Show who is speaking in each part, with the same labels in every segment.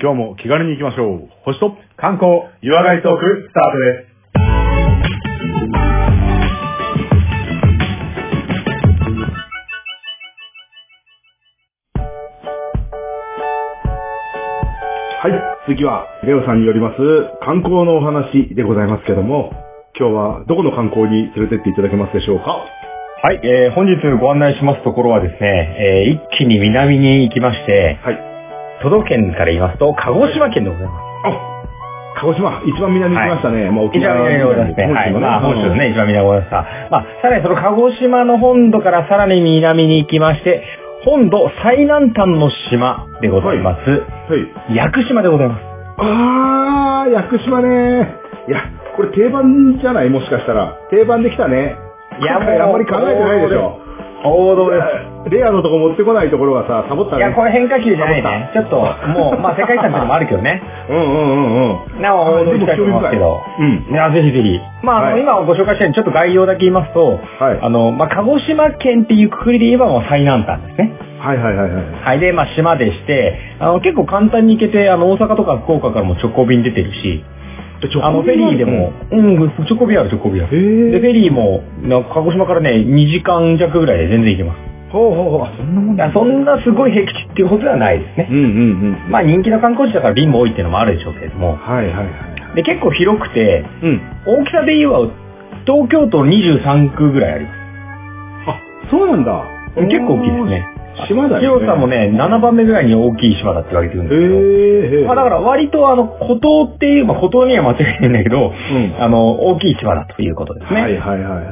Speaker 1: 今日も気軽に行きましょう。星と
Speaker 2: 観光、岩貝トーク、スタートです。
Speaker 1: はい、次は、レオさんによります、観光のお話でございますけども、今日はどこの観光に連れてっていただけますでしょうか
Speaker 2: はい、えー、本日ご案内しますところはですね、えー、一気に南に行きまして、
Speaker 1: はい。
Speaker 2: 都道府県から言いますと、鹿児島県でございます。
Speaker 1: あ鹿児島、一番南に来ましたね。まあ、沖
Speaker 2: 一番
Speaker 1: 縄
Speaker 2: 南でございますね。はい。まあ、本州のね、一番南でございますがまあ、さらにその鹿児島の本土からさらに南に行きまして、本土最南端の島でございます。
Speaker 1: はい。
Speaker 2: 屋久島でございます。
Speaker 1: あー、屋久島ね。いや、これ定番じゃないもしかしたら。定番できたね。
Speaker 2: いや
Speaker 1: 今回
Speaker 2: も
Speaker 1: あ
Speaker 2: う
Speaker 1: んまり考えてないでしょ。
Speaker 2: 王道です。
Speaker 1: レアのとこ持ってこないところがさ、サボった
Speaker 2: い
Speaker 1: ね。
Speaker 2: や、これ変化球じゃないね。ちょっと、もう、まあ、世界遺産ってのもあるけどね。
Speaker 1: うんうんうんうん。
Speaker 2: なお、王道行きたいと思いますけど。
Speaker 1: うん。
Speaker 2: いや、ぜひぜひ。まあ、あの、
Speaker 1: はい
Speaker 2: 今ご紹介したように、ちょっと概要だけ言いますと、
Speaker 1: はい
Speaker 2: あの、まあ、鹿児島県っていうくくりで言えば、もう最南端ですね。
Speaker 1: はいはいはいはい。
Speaker 2: はい、で、まあ、島でして、あの、結構簡単に行けて、あの、大阪とか福岡からも直行便出てるし、あの、フェリーでも。、うん、直行便ある、直行便あ
Speaker 1: へ
Speaker 2: る。
Speaker 1: ー
Speaker 2: で、フェリーも、な鹿児島からね、2時間弱ぐらいで全然行けます。
Speaker 1: ほうほうほう。あそんなもん
Speaker 2: だからそんなすごい僻地っていうことではないですね。
Speaker 1: うんうんうん。
Speaker 2: まあ、人気の観光地だから便も多いっていうのもあるでしょうけれども、
Speaker 1: はいはいはい。
Speaker 2: で、結構広くて、
Speaker 1: うん。
Speaker 2: 大きさで言えば、東京都23区ぐらいあります。
Speaker 1: あ、そうなんだ。
Speaker 2: 結構大きいですね。
Speaker 1: 島だよね
Speaker 2: 広さもね、7番目ぐらいに大きい島だって言われてるん
Speaker 1: へ
Speaker 2: ですけど、
Speaker 1: ー。へー
Speaker 2: まあ、だから割とあの、孤島っていう、まあ、孤島には間違いないんだけ
Speaker 1: う
Speaker 2: ど、
Speaker 1: ん
Speaker 2: あの、大きい島だということですね。
Speaker 1: はいはいは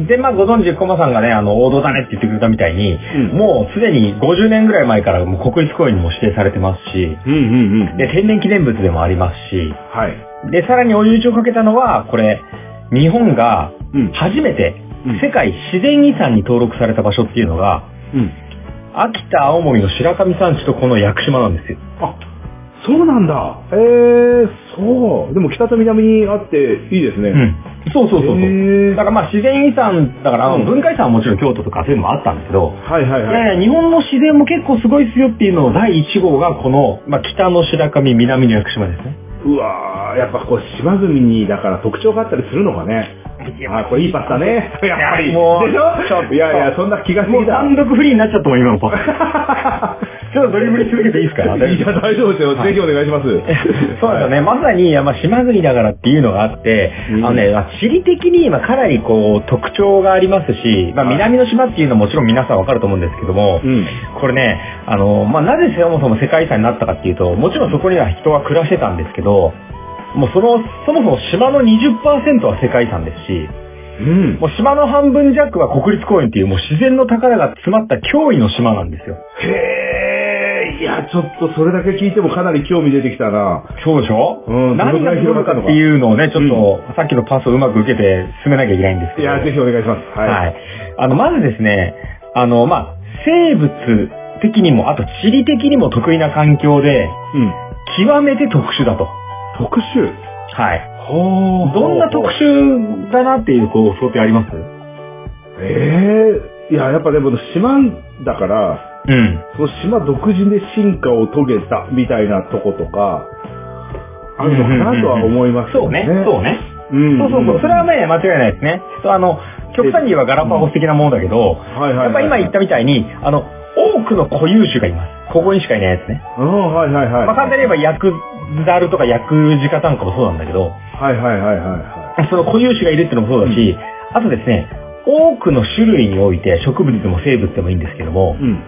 Speaker 1: い。
Speaker 2: で、まあ、ご存知、コマさんがね、あの、王道だねって言ってくれたみたいに、
Speaker 1: うん
Speaker 2: もうすでに50年ぐらい前からもう国立公園にも指定されてますし、
Speaker 1: うんうんうん。
Speaker 2: で、天然記念物でもありますし、
Speaker 1: はい。
Speaker 2: で、さらに追い打ちをかけたのは、これ、日本が
Speaker 1: うん
Speaker 2: 初めて
Speaker 1: うん
Speaker 2: 世界自然遺産に登録された場所っていうのが、
Speaker 1: うん。
Speaker 2: 秋田、青森の白神山地とこの屋久島なんですよ。
Speaker 1: あ、そうなんだ。えー、そう。でも北と南にあっていいですね。
Speaker 2: うん。そうそうそうそう。
Speaker 1: へー
Speaker 2: だからまあ自然遺産、だからあの
Speaker 1: うん
Speaker 2: 文化遺産はもちろん京都とかそういうのもあったんですけど、
Speaker 1: はいはい
Speaker 2: い
Speaker 1: はい。
Speaker 2: やいや、日本の自然も結構すごいですよっていうのを第1号がこの、まあ、北の白神、南の屋久島ですね。
Speaker 1: うわー、やっぱこう島国にだから特徴があったりするのかね。あー、これいいパスだね。やっぱり。
Speaker 2: もう
Speaker 1: でしょ
Speaker 2: ちょっと
Speaker 1: いやいや、そんな気がす
Speaker 2: もう
Speaker 1: ぎだ。
Speaker 2: 単独フリーになっちゃったもん、今のパス。ちょっとドリブルし続けていいですか大
Speaker 1: い
Speaker 2: 丈夫です
Speaker 1: や、大丈夫ですよ。
Speaker 2: は
Speaker 1: ぜ
Speaker 2: い
Speaker 1: ひお願いし ます。
Speaker 2: そうなんですよね。まさに、いやまあ、島国だからっていうのがあって、
Speaker 1: うん
Speaker 2: あのね、まあ地理的に今かなりこう、特徴がありますし、まあ、
Speaker 1: はい
Speaker 2: 南の島っていうのはもちろん皆さんわかると思うんですけども、
Speaker 1: うん。
Speaker 2: これね、あの、まあ、なぜそもそも世界遺産になったかっていうと、もちろんそこには人は暮らしてたんですけど、もうその、そもそも島の20%は世界遺産ですし、
Speaker 1: うん。
Speaker 2: もう島の半分弱は国立公園っていうもう自然の宝が詰まった脅威の島なんですよ。
Speaker 1: へー、いや、ちょっとそれだけ聞いてもかなり興味出てきたな。
Speaker 2: そうでしょ
Speaker 1: うん
Speaker 2: 何がすごいかっていうのをね、ちょっと、さっきのパスをうまく受けて進めなきゃいけないんです
Speaker 1: い
Speaker 2: けど。
Speaker 1: や、ぜひお願いします。
Speaker 2: はい。
Speaker 1: はい。
Speaker 2: あの、まずですね、あの、まあ、生物的にも、あと地理的にも得意な環境で、
Speaker 1: うん。
Speaker 2: 極めて特殊だと。
Speaker 1: 特集
Speaker 2: はい。
Speaker 1: ほー。
Speaker 2: どんな特集だなっていう、こう、想定あります
Speaker 1: ええいや、やっぱでも島だから、
Speaker 2: うん。
Speaker 1: その島独自で進化を遂げたみたいなとことか、あるのかなとは思います
Speaker 2: そうね、そうね。
Speaker 1: うん。
Speaker 2: そうそうそう。それはね、間違いないですね。そうあの、極端に言えばガラパゴス的なものだけど、
Speaker 1: はいはいはい。
Speaker 2: やっぱ今言ったみたいに、あの、多くの固有種がいます。ここにしかいないやつね。
Speaker 1: うん、はいはいはい。
Speaker 2: まあ、簡単に言えば、ヤクザルとかヤクジカタンカもそうなんだけど、
Speaker 1: はいはいはいはいは
Speaker 2: その固有種がいるってのもそうだし、あとですね、多くの種類において、植物でも生物でもいいんですけども
Speaker 1: い。、うん。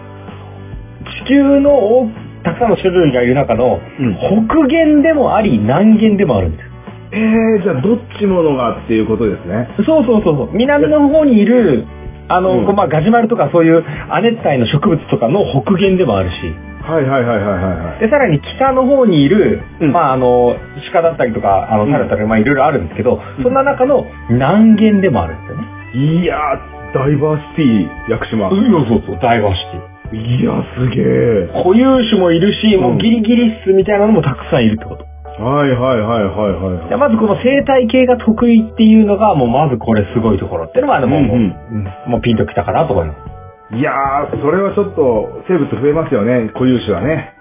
Speaker 2: 地球の多たくさんの種類がいる中の、
Speaker 1: うん
Speaker 2: 北限でもあり、南限でもあるんです。
Speaker 1: ええじゃあどっちものがっていうことですね。
Speaker 2: そうそうそうそう。南の方にいる、あの、
Speaker 1: うん
Speaker 2: こうまあ、ガジュマルとかそういう亜熱帯の植物とかの北限でもあるし、
Speaker 1: はいはいはいはいはいはい。
Speaker 2: で、さらに北の方にいる、
Speaker 1: うん
Speaker 2: まあ、あの、鹿だったりとか、あの、
Speaker 1: うん
Speaker 2: 猿だったり、まあ、いろいろあるんですけど、
Speaker 1: うん
Speaker 2: そんな中の南限でもあるんですよね。
Speaker 1: いやー、ダイバーシティ、屋久島。
Speaker 2: うん、そうそう、ダイバーシティ。
Speaker 1: いやー、すげえ。
Speaker 2: 固有種もいるし、もううんギリギリっすみたいなのもたくさんいるってこと。
Speaker 1: はいはいはいはいはい。
Speaker 2: でまずこの生態系が得意っていうのが、もうまずこれすごいところっていうのは、でも、
Speaker 1: うんうん
Speaker 2: うんもうピンときたかなと思います。
Speaker 1: いやー、それはちょっと、生物増えますよね、固有種はね。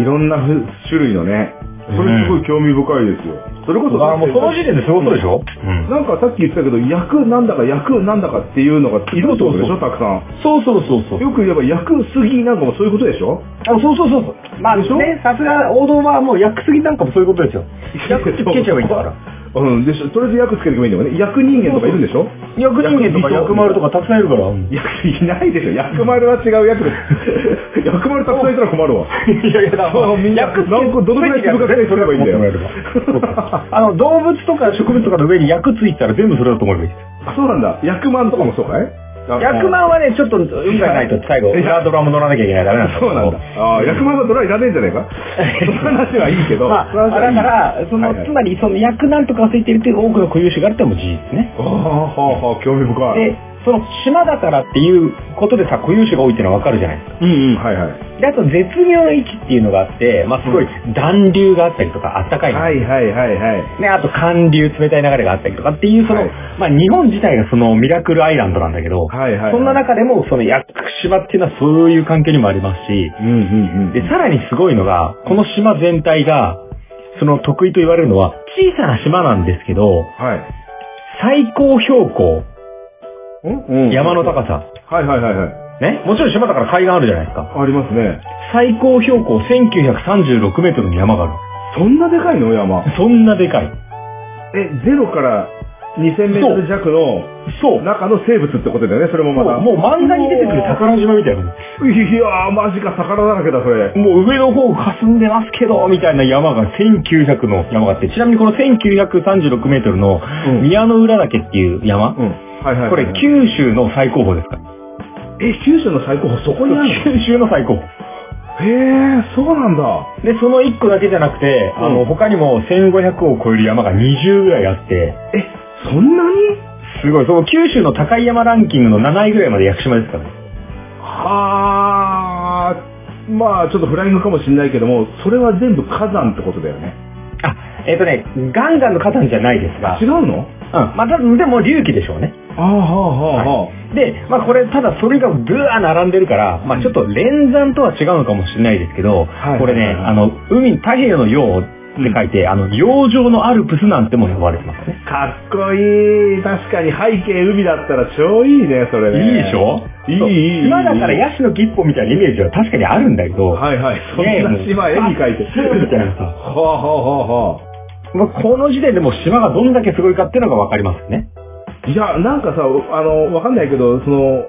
Speaker 1: いろんなふ種類のね、それすごい興味深いですよ。それこそ、
Speaker 2: あもうその時点ですごそうでしょ、うん
Speaker 1: なんかさっき言ってたけど、役なんだか役なんだかっていうのがいるってことでしょ、
Speaker 2: そうそうそう
Speaker 1: たくさ
Speaker 2: そうそうそうそ
Speaker 1: ん。。よく言えば役すぎなんかもそういうことでしょ
Speaker 2: あそうそうそうそう。まあ
Speaker 1: でしょ
Speaker 2: ね、さすが王道はもう薬すぎなんかもそういうことですよ。 薬つけちゃえばいいんだから。
Speaker 1: うん、でしょ。とりあえず役つけてけばいいんだよね。役人間とかいるんでしょ
Speaker 2: 薬人間とか薬丸とかたくさんいるから。い
Speaker 1: 役いないでしょ。役丸は違う役 で役丸たくさんいたら困るわ。
Speaker 2: やいや、だ
Speaker 1: そうみんななんかどのぐらい粒がついてればいいんだよ
Speaker 2: あの、動物とか植物とかの上に薬ついたら全部それだと思えばいいです。
Speaker 1: あ、そうなんだ。役満とかもそうかい
Speaker 2: 薬
Speaker 1: 満
Speaker 2: 丸はね、ちょっと運がないと最後、ガードラも乗らなきゃいけないからね。
Speaker 1: そうなんだ。あー役満はドライらねえんじゃない かその話はいいけど。
Speaker 2: まあ、
Speaker 1: その話はい
Speaker 2: だ
Speaker 1: い
Speaker 2: から、その、
Speaker 1: はいはい
Speaker 2: つまり、その、薬なんとかがついてるっていう多くの固有種があるってのも事実ね。
Speaker 1: あーはあはあ、興味深い。
Speaker 2: で、その、島だからっていうことでさ、固有種が多いっていうのはわかるじゃないですか。
Speaker 1: うんうん、はいはい。
Speaker 2: で、あと、絶妙な位置っていうのがあって、まあ、すごい、暖流があったりとか、あったかいの。
Speaker 1: はいはいはいはい。
Speaker 2: ね、あと、寒流、冷たい流れがあったりとかっていう、その、
Speaker 1: はい
Speaker 2: まあ、日本自体がその、ミラクルアイランドなんだけど、
Speaker 1: はいはいはい
Speaker 2: そんな中でも、その、薬島っていうのはそういう関係にもありますし、
Speaker 1: うんうんうん。
Speaker 2: で、さらにすごいのが、この島全体が、その得意と言われるのは、小さな島なんですけど、
Speaker 1: はい。
Speaker 2: 最高標高、
Speaker 1: ん
Speaker 2: 山の
Speaker 1: さ。
Speaker 2: 高さ、
Speaker 1: はいはいはいはい。
Speaker 2: ね、もちろん島だから海岸あるじゃないですか。
Speaker 1: ありますね。
Speaker 2: 最高標高1936メートルの山があ
Speaker 1: そんなでかいの山。
Speaker 2: る。そんなでかい。
Speaker 1: え、ゼロから2000メートル弱の
Speaker 2: そう。
Speaker 1: 中の生物ってことだよね、それもまだ。
Speaker 2: もう漫画に出てくる宝島みたいな。
Speaker 1: いやー、マジか、魚だらけだ、それ。
Speaker 2: もう上の方霞んでますけど、みたいな山が1900の山があって、ちなみにこの1936メートルの
Speaker 1: うん
Speaker 2: 宮の浦岳っていう山、
Speaker 1: うん。はいはいはいはい。
Speaker 2: これ九州の最高峰ですから。
Speaker 1: え、九州の最高峰、そこにある
Speaker 2: 九州の最高峰。
Speaker 1: のへー、そうなんだ。
Speaker 2: で、その1個だけじゃなくて、
Speaker 1: うん
Speaker 2: あの、他にも1500を超える山が20ぐらいあって、
Speaker 1: え、そんなに
Speaker 2: すごい、その九州の高い山ランキングの7位ぐらいまで屋久島ですからね。
Speaker 1: はー、まあちょっとフライングかもしれないけども、それは全部火山ってことだよね。
Speaker 2: あ、えっ、とね、ガンガンの火山じゃないですが、
Speaker 1: 違
Speaker 2: うん。
Speaker 1: うの
Speaker 2: まあ、ただ、でも隆起でしょうね。
Speaker 1: あーはあはあはあ。
Speaker 2: で、まあこれ、ただそれがブワー並んでるから、まあちょっと連山とは違うのかもしれないですけど、
Speaker 1: はい
Speaker 2: これね、あの、海、太平洋の洋って書いて、あの、洋上のアルプスなんても呼ばれてますね。
Speaker 1: かっこいい。確かに背景海だったら超いいね、それね。
Speaker 2: いいでしょ
Speaker 1: いい
Speaker 2: そう
Speaker 1: いいいい
Speaker 2: 島だからヤシの木一本みたいなイメージは確かにあるんだけど、
Speaker 1: はいはい。そんな島絵に描い て。
Speaker 2: そうみたいなさ
Speaker 1: はあはあはあは
Speaker 2: まあ、この時点でもう島がどんだけすごいかっていうのがわかりますね。
Speaker 1: あ。いや、なんかさ、あの、わかんないけど、その、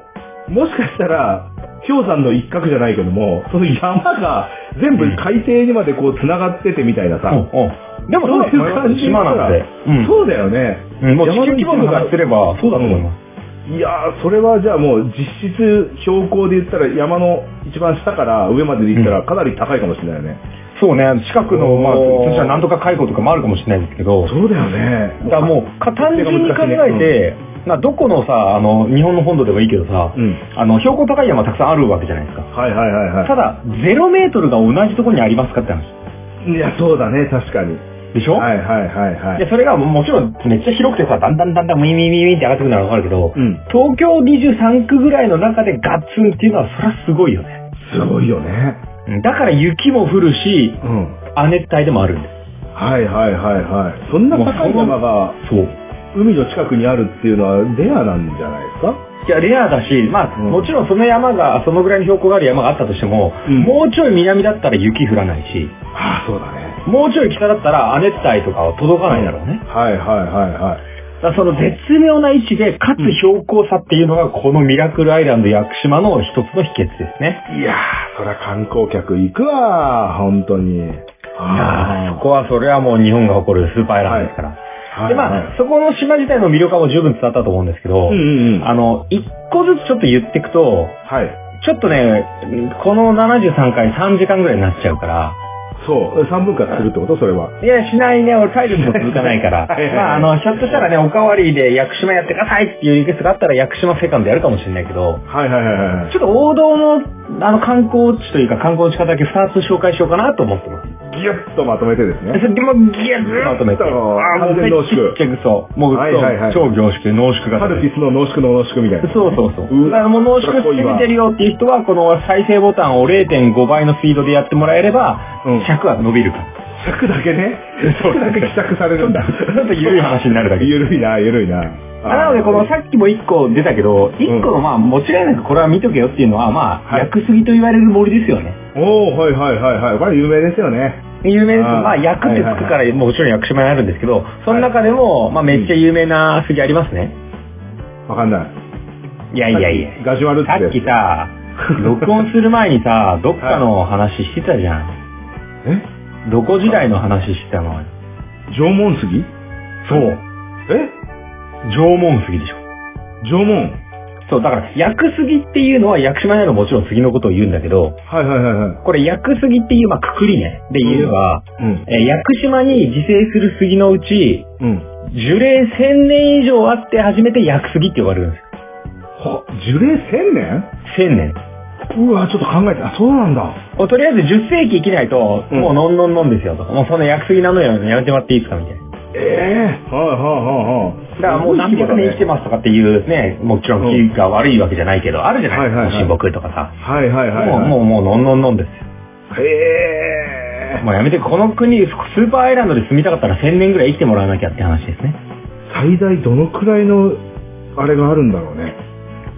Speaker 1: もしかしたら、氷山の一角じゃないけども、その山が全部海底にまでこう繋がっててみたいなさ。
Speaker 2: うんうん。でも
Speaker 1: そういう
Speaker 2: だと思います
Speaker 1: 感じ
Speaker 2: 島なんて。うん
Speaker 1: そうだよね。
Speaker 2: うん。もう地球規模の話すれば、そうだと思います。
Speaker 1: いやー、それはじゃあもう実質標高で言ったら山の一番下から上までで言ったらかなり高いかもしれないよね。
Speaker 2: そうね、近くの、まあ、
Speaker 1: おー
Speaker 2: そしたらなんとか解雇とかもあるかもしれないですけど、だ
Speaker 1: そうだよね。
Speaker 2: からもう、か単純に考えて、などこのさ、あの、日本の本土でもいいけどさ、
Speaker 1: うん。
Speaker 2: あの、標高高い山たくさんあるわけじゃないですか。
Speaker 1: はいはいはいは
Speaker 2: ただ、0メートルが同じところにありますかって話。
Speaker 1: い。いや、そうだね、確かに。
Speaker 2: でしょ、
Speaker 1: はいはいはいはい。
Speaker 2: で、それがもちろんめっちゃ広くてさ、だんだんだんだんミミミミって上がってくるのはわかるけど、
Speaker 1: うん。
Speaker 2: 東京23区ぐらいの中でガッツンっていうのはそりゃすごいよね。
Speaker 1: すごいよね。
Speaker 2: だから雪も降るし、
Speaker 1: うん。
Speaker 2: 亜熱帯でもあるんで
Speaker 1: はいはいはいはい。そんな高い山が
Speaker 2: す。そう。
Speaker 1: 海の近くにあるっていうのはレアなんじゃないですか
Speaker 2: いや、レアだし、まあ、
Speaker 1: うん
Speaker 2: もちろんその山が、そのぐらいの標高がある山があったとしても、
Speaker 1: うん
Speaker 2: もうちょい南だったら雪降らないし、
Speaker 1: ああ、そうだね。
Speaker 2: もうちょい北だったら亜熱帯とかは届かないだろうね。
Speaker 1: はいはいはいはい。
Speaker 2: だからその絶妙な位置で、かつ標高差っていうのが、このミラクルアイランド屋久島の一つの秘訣ですね。
Speaker 1: いやー、そりゃ観光客行くわー、本当に。
Speaker 2: いやーそこは、それはもう日本が誇るスーパーアイランドですから。
Speaker 1: はい
Speaker 2: で、まあ、そこの島自体の魅力はもう十分伝わったと思うんですけど、
Speaker 1: うんうんうん。
Speaker 2: あの、一個ずつちょっと言っていくと、
Speaker 1: はい。
Speaker 2: ちょっとね、この73回3時間ぐらいになっちゃうから、
Speaker 1: そう。3分割するってことそれは。
Speaker 2: いや、しないね。俺、体力も続かないから。
Speaker 1: はいはい
Speaker 2: まあ、あの、ひょっとしたらね、おかわりで屋久島やってくださいっていうリクエストがあったら、屋久島セカンドやるかもしれないけど、
Speaker 1: はいはいはいはい。
Speaker 2: ちょっと王道の、あの、観光地というか、観光の仕方だけ2つ紹介しようかなと思ってます。
Speaker 1: ギュッとまとめてですね。
Speaker 2: それでもギュッとまとめて。
Speaker 1: あー
Speaker 2: あーもう
Speaker 1: 完全濃縮
Speaker 2: 結局そう。もう、
Speaker 1: はいはいはい
Speaker 2: そう超凝縮で濃縮
Speaker 1: カ
Speaker 2: 型
Speaker 1: ル
Speaker 2: で
Speaker 1: ピスの濃縮の濃縮みたいな。
Speaker 2: そうそうそう。
Speaker 1: う
Speaker 2: だからもう濃縮しすぎてるよっていう人は、この再生ボタンを0.5倍のスピードでやってもらえれば、
Speaker 1: うん
Speaker 2: 100は伸びるか。
Speaker 1: 尺だけね。
Speaker 2: そう
Speaker 1: 尺だけ希釈されるんだ。
Speaker 2: ちょっと緩 い話になるだけ。
Speaker 1: ゆるいな、ゆるいな。
Speaker 2: あなので、このさっきも1個出たけど、1個のまあ、間違いなくこれは見とけよっていうのは、まあ、
Speaker 1: はい
Speaker 2: 薬杉と言われる森ですよね。
Speaker 1: おー、はいはいはいはい。これ有名ですよね。
Speaker 2: 有名です。
Speaker 1: あー
Speaker 2: まあ、薬ってつくか
Speaker 1: は
Speaker 2: ら、もちろん薬師丸あるんですけど、その中でも、まあ、めっちゃ有名な杉ありますね。
Speaker 1: わかんない。
Speaker 2: いやいやいや。
Speaker 1: ガジュアルって
Speaker 2: さ
Speaker 1: や
Speaker 2: っ
Speaker 1: つ。
Speaker 2: きさ、 録音する前にさ、どっかの話してたじゃん。
Speaker 1: え
Speaker 2: どこ時代の話してたの
Speaker 1: 縄文杉
Speaker 2: そう。
Speaker 1: え
Speaker 2: 縄文杉でしょ。
Speaker 1: 縄文
Speaker 2: そう、だから、薬杉っていうのは薬師丸のもちろん杉のことを言うんだけど、
Speaker 1: はいはいはいはい。
Speaker 2: これ薬杉っていう、まあ、くくりね。で言えば、
Speaker 1: うん。
Speaker 2: えー屋久島に自生する杉のうち、
Speaker 1: うん。
Speaker 2: 樹齢1000年以上あって初めて薬杉って呼ばれるんです
Speaker 1: は、樹齢千年
Speaker 2: よ。1000年。
Speaker 1: うわ、ちょっと考えて、あ、そうなんだ。
Speaker 2: もうとりあえず10世紀生きないと、
Speaker 1: うん
Speaker 2: もうのんのんのんですよと。もうそんな薬杉なのよ、やめてもらっていいですかみたいな。
Speaker 1: ええはいはいはいはい。
Speaker 2: だからもう何百年生きてますとかっていうね、もちろん気が悪いわけじゃないけど、あるじゃないですか、
Speaker 1: はいはいはい
Speaker 2: もう親睦とかさ。
Speaker 1: はいはいはい、はい。
Speaker 2: もう、もう、もう、のんのんのんです
Speaker 1: う。へ
Speaker 2: よ。
Speaker 1: え。
Speaker 2: もうやめて、この国、スーパーアイランドで住みたかったら1000年ぐらい生きてもらわなきゃって話ですね。
Speaker 1: 最大どのくらいの、あれがあるんだろうね。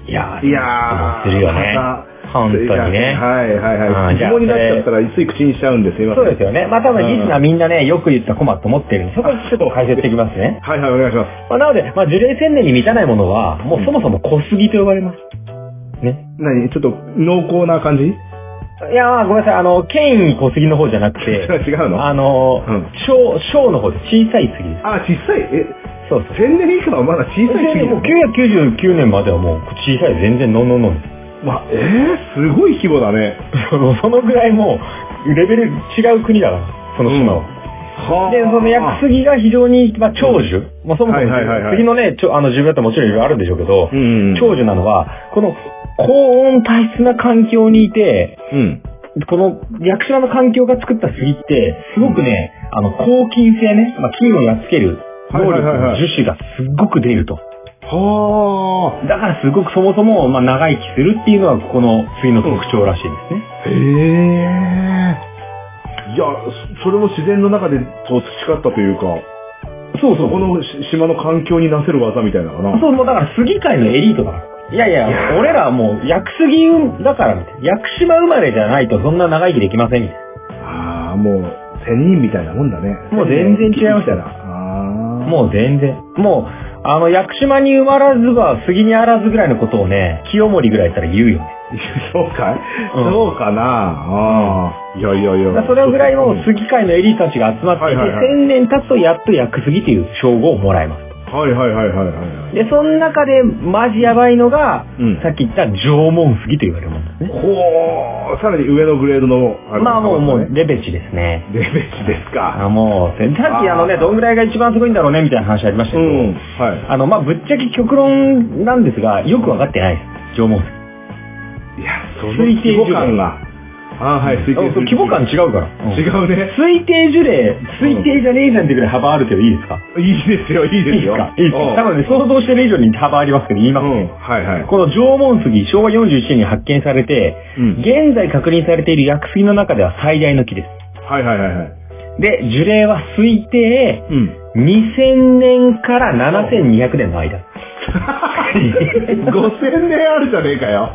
Speaker 2: いやー、
Speaker 1: いやー。
Speaker 2: するよね。
Speaker 1: ま
Speaker 2: 本
Speaker 1: た
Speaker 2: 当にね。
Speaker 1: はいはいは
Speaker 2: う
Speaker 1: い。
Speaker 2: んじゃあ
Speaker 1: 疑問になっちゃったら、つい口にしちゃうんです、すいませ
Speaker 2: そ
Speaker 1: ん。
Speaker 2: うですよね。まあ多分、リスナーみんなね、よく言ったコマと思ってるんで、そこちょっと解説していきますね。
Speaker 1: はいはい、お願いします。
Speaker 2: まあ、なので、まあ、樹齢1000年に満たないものは、もうそもそも小杉と呼ばれます。ね。
Speaker 1: 何ちょっと、濃厚な感じ
Speaker 2: いやー、ごめんなさい、あの、権威小杉の方じゃなくて、
Speaker 1: 違うのあ
Speaker 2: あの
Speaker 1: うん
Speaker 2: ー、小、小の方で小さい杉です。
Speaker 1: 小さい。え、
Speaker 2: そうそう。
Speaker 1: 千年以下はまだ小さいすぎ
Speaker 2: もう999年まではもう小さい、全然のんのんのん。
Speaker 1: まあ、えー、すごい規模だね。
Speaker 2: そのぐらいもう、レベル違う国だから、その島は。
Speaker 1: は
Speaker 2: で、その薬杉が非常に、まあ、長寿。まあ、そもそも、
Speaker 1: はいはいはいはい
Speaker 2: 杉のね、ちょあの、寿命ってもちろんいろいろあるんでしょうけど、
Speaker 1: うん。
Speaker 2: 長寿なのは、この、高温多湿な環境にいて、
Speaker 1: うん。
Speaker 2: この、薬師の環境が作った杉って、すごくね、あの、抗菌性ね、まあ、菌をやっつける能力
Speaker 1: はいはいはい
Speaker 2: の
Speaker 1: はい
Speaker 2: 樹脂がすっごく出ると。
Speaker 1: は
Speaker 2: だからすごくそもそも、まあ、長生きするっていうのは、ここの杉の特徴らしいですね。
Speaker 1: あ。へえ。いや、そそれも自然の中でそう培ったというか、
Speaker 2: そう
Speaker 1: そこのし島の環境になせる技みたいなのかな。
Speaker 2: そう、もうだから杉界のエリートだから。いやいや、
Speaker 1: いや
Speaker 2: 俺らはもう、薬杉うんだからみたいな、薬島生まれじゃないとそんな長生きできませんみたい
Speaker 1: ああ、もう、仙人みたいなもんだね。
Speaker 2: もう全然違います
Speaker 1: た
Speaker 2: よ
Speaker 1: ら。あ
Speaker 2: な。
Speaker 1: あ。
Speaker 2: もう全然。もう、あの、薬島に生まらずは杉にあらずぐらいのことをね、清盛ぐらいだったら言うよね。
Speaker 1: そうかい、
Speaker 2: うん
Speaker 1: そうかなああ。いやいやい
Speaker 2: だから
Speaker 1: や。
Speaker 2: それぐらいの
Speaker 1: うん
Speaker 2: 杉界のエリートたちが集まっていて、
Speaker 1: はいはいはい
Speaker 2: 1000年経つとやっと薬杉っていう称号をもらえます。
Speaker 1: はいはいはいはいはい。
Speaker 2: で、その中でマジやばいのが、
Speaker 1: うん
Speaker 2: さっき言った縄文杉と言われるものですね。
Speaker 1: ほー、さらに上のグレードの、れ
Speaker 2: まあもう、も
Speaker 1: ね
Speaker 2: う、レベチですね。
Speaker 1: レベチですか。
Speaker 2: あもう、さっきあのね、
Speaker 1: あー
Speaker 2: どんぐらいが一番すごいんだろうね、みたいな話ありました
Speaker 1: う
Speaker 2: けど、
Speaker 1: ん。は
Speaker 2: あの、まあ、ぶっちゃけ極論なんですが、よくわかってないです。縄文杉。
Speaker 1: い。いや、その
Speaker 2: 推定
Speaker 1: 規模感が。あーはい、推定
Speaker 2: あそう規模感違うから。
Speaker 1: 違うね。
Speaker 2: 推定樹齢、推定じゃねえじゃんってぐらい幅あるけどいいですか
Speaker 1: いいですよ、いい
Speaker 2: い
Speaker 1: です
Speaker 2: です
Speaker 1: よ。
Speaker 2: かいいです
Speaker 1: うん
Speaker 2: か多分ね、想像してる以上に幅ありますけど、言います
Speaker 1: う
Speaker 2: ね。
Speaker 1: ん。はいはい。
Speaker 2: この縄文杉、昭和41年に発見されて、
Speaker 1: うん
Speaker 2: 現在確認されている薬杉の中では最大の木です。
Speaker 1: はいはいはいはい。
Speaker 2: で、樹齢は推定
Speaker 1: うん。
Speaker 2: 2000年から7200年の間。
Speaker 1: 5000年あるじゃねえかよ。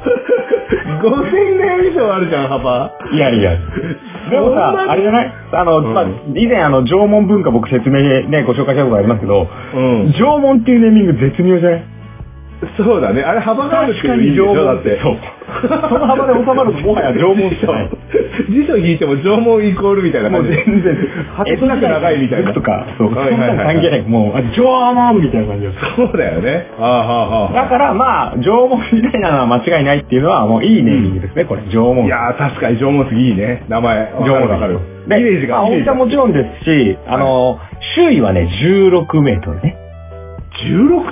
Speaker 1: 5000年以上あるじゃん、幅。
Speaker 2: いやいや。でも
Speaker 1: そんなに
Speaker 2: さ、あれじゃないあの、
Speaker 1: うん
Speaker 2: まあ、以前あの、縄文文化僕説明でね、ご紹介したことがありますけど、
Speaker 1: うん。
Speaker 2: 縄文っていうネーミング絶妙じゃない
Speaker 1: そうだね。あれ幅があるっていう意味でしょ、だって。
Speaker 2: そう。その幅で収まるともはや縄文じゃない。
Speaker 1: 辞書引いても縄文イコールみたいな
Speaker 2: もう
Speaker 1: 感じで。
Speaker 2: 全然、
Speaker 1: 果てしなく長いみたいな
Speaker 2: 江戸時代の服とか、そう、そん
Speaker 1: はいはい
Speaker 2: な
Speaker 1: はい
Speaker 2: の関係ない。もう、あ縄文みたいな感じです。
Speaker 1: そうだよね。ああ、はあ、はあ。
Speaker 2: だからまあ、縄文時代なのは間違いないっていうのは、もういいネーミングですね、これ。縄文。
Speaker 1: いやー、確かに縄文杉いいね。名前。
Speaker 2: 縄
Speaker 1: わか
Speaker 2: 文
Speaker 1: るわかる。イメージ
Speaker 2: で、ま
Speaker 1: が。
Speaker 2: あ、
Speaker 1: イメ
Speaker 2: 大
Speaker 1: ー
Speaker 2: き
Speaker 1: ジが
Speaker 2: さもちろんですし、あの、周囲はね、16メートルね。
Speaker 1: 16?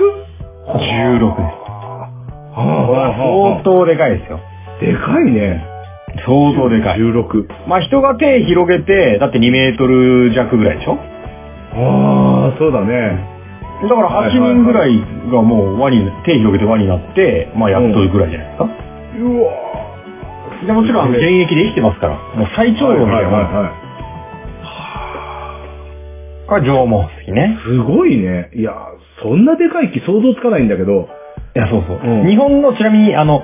Speaker 2: 16です。
Speaker 1: はあ、はあ、
Speaker 2: 相
Speaker 1: は
Speaker 2: 当でかいですよ。
Speaker 1: あ。でかいね。
Speaker 2: 相当でかい。
Speaker 1: 16。
Speaker 2: まあ人が手広げて、だって2メートル弱ぐらいでしょ
Speaker 1: ああ、そうだね。
Speaker 2: だから8人ぐらいがもう輪に、手広げて輪になって、まあやっとるぐらいじゃないですか。
Speaker 1: うわ
Speaker 2: でもちろんあの現
Speaker 1: はい
Speaker 2: 役で生きてますから、もう最長
Speaker 1: はい
Speaker 2: 老み
Speaker 1: は
Speaker 2: たい
Speaker 1: い
Speaker 2: なもん。
Speaker 1: は
Speaker 2: これ縄文杉ね
Speaker 1: い。。すごいね。いや、そんなでかい木想像つかないんだけど。
Speaker 2: いや、そうそう。
Speaker 1: うん
Speaker 2: 日本のちなみに、あの、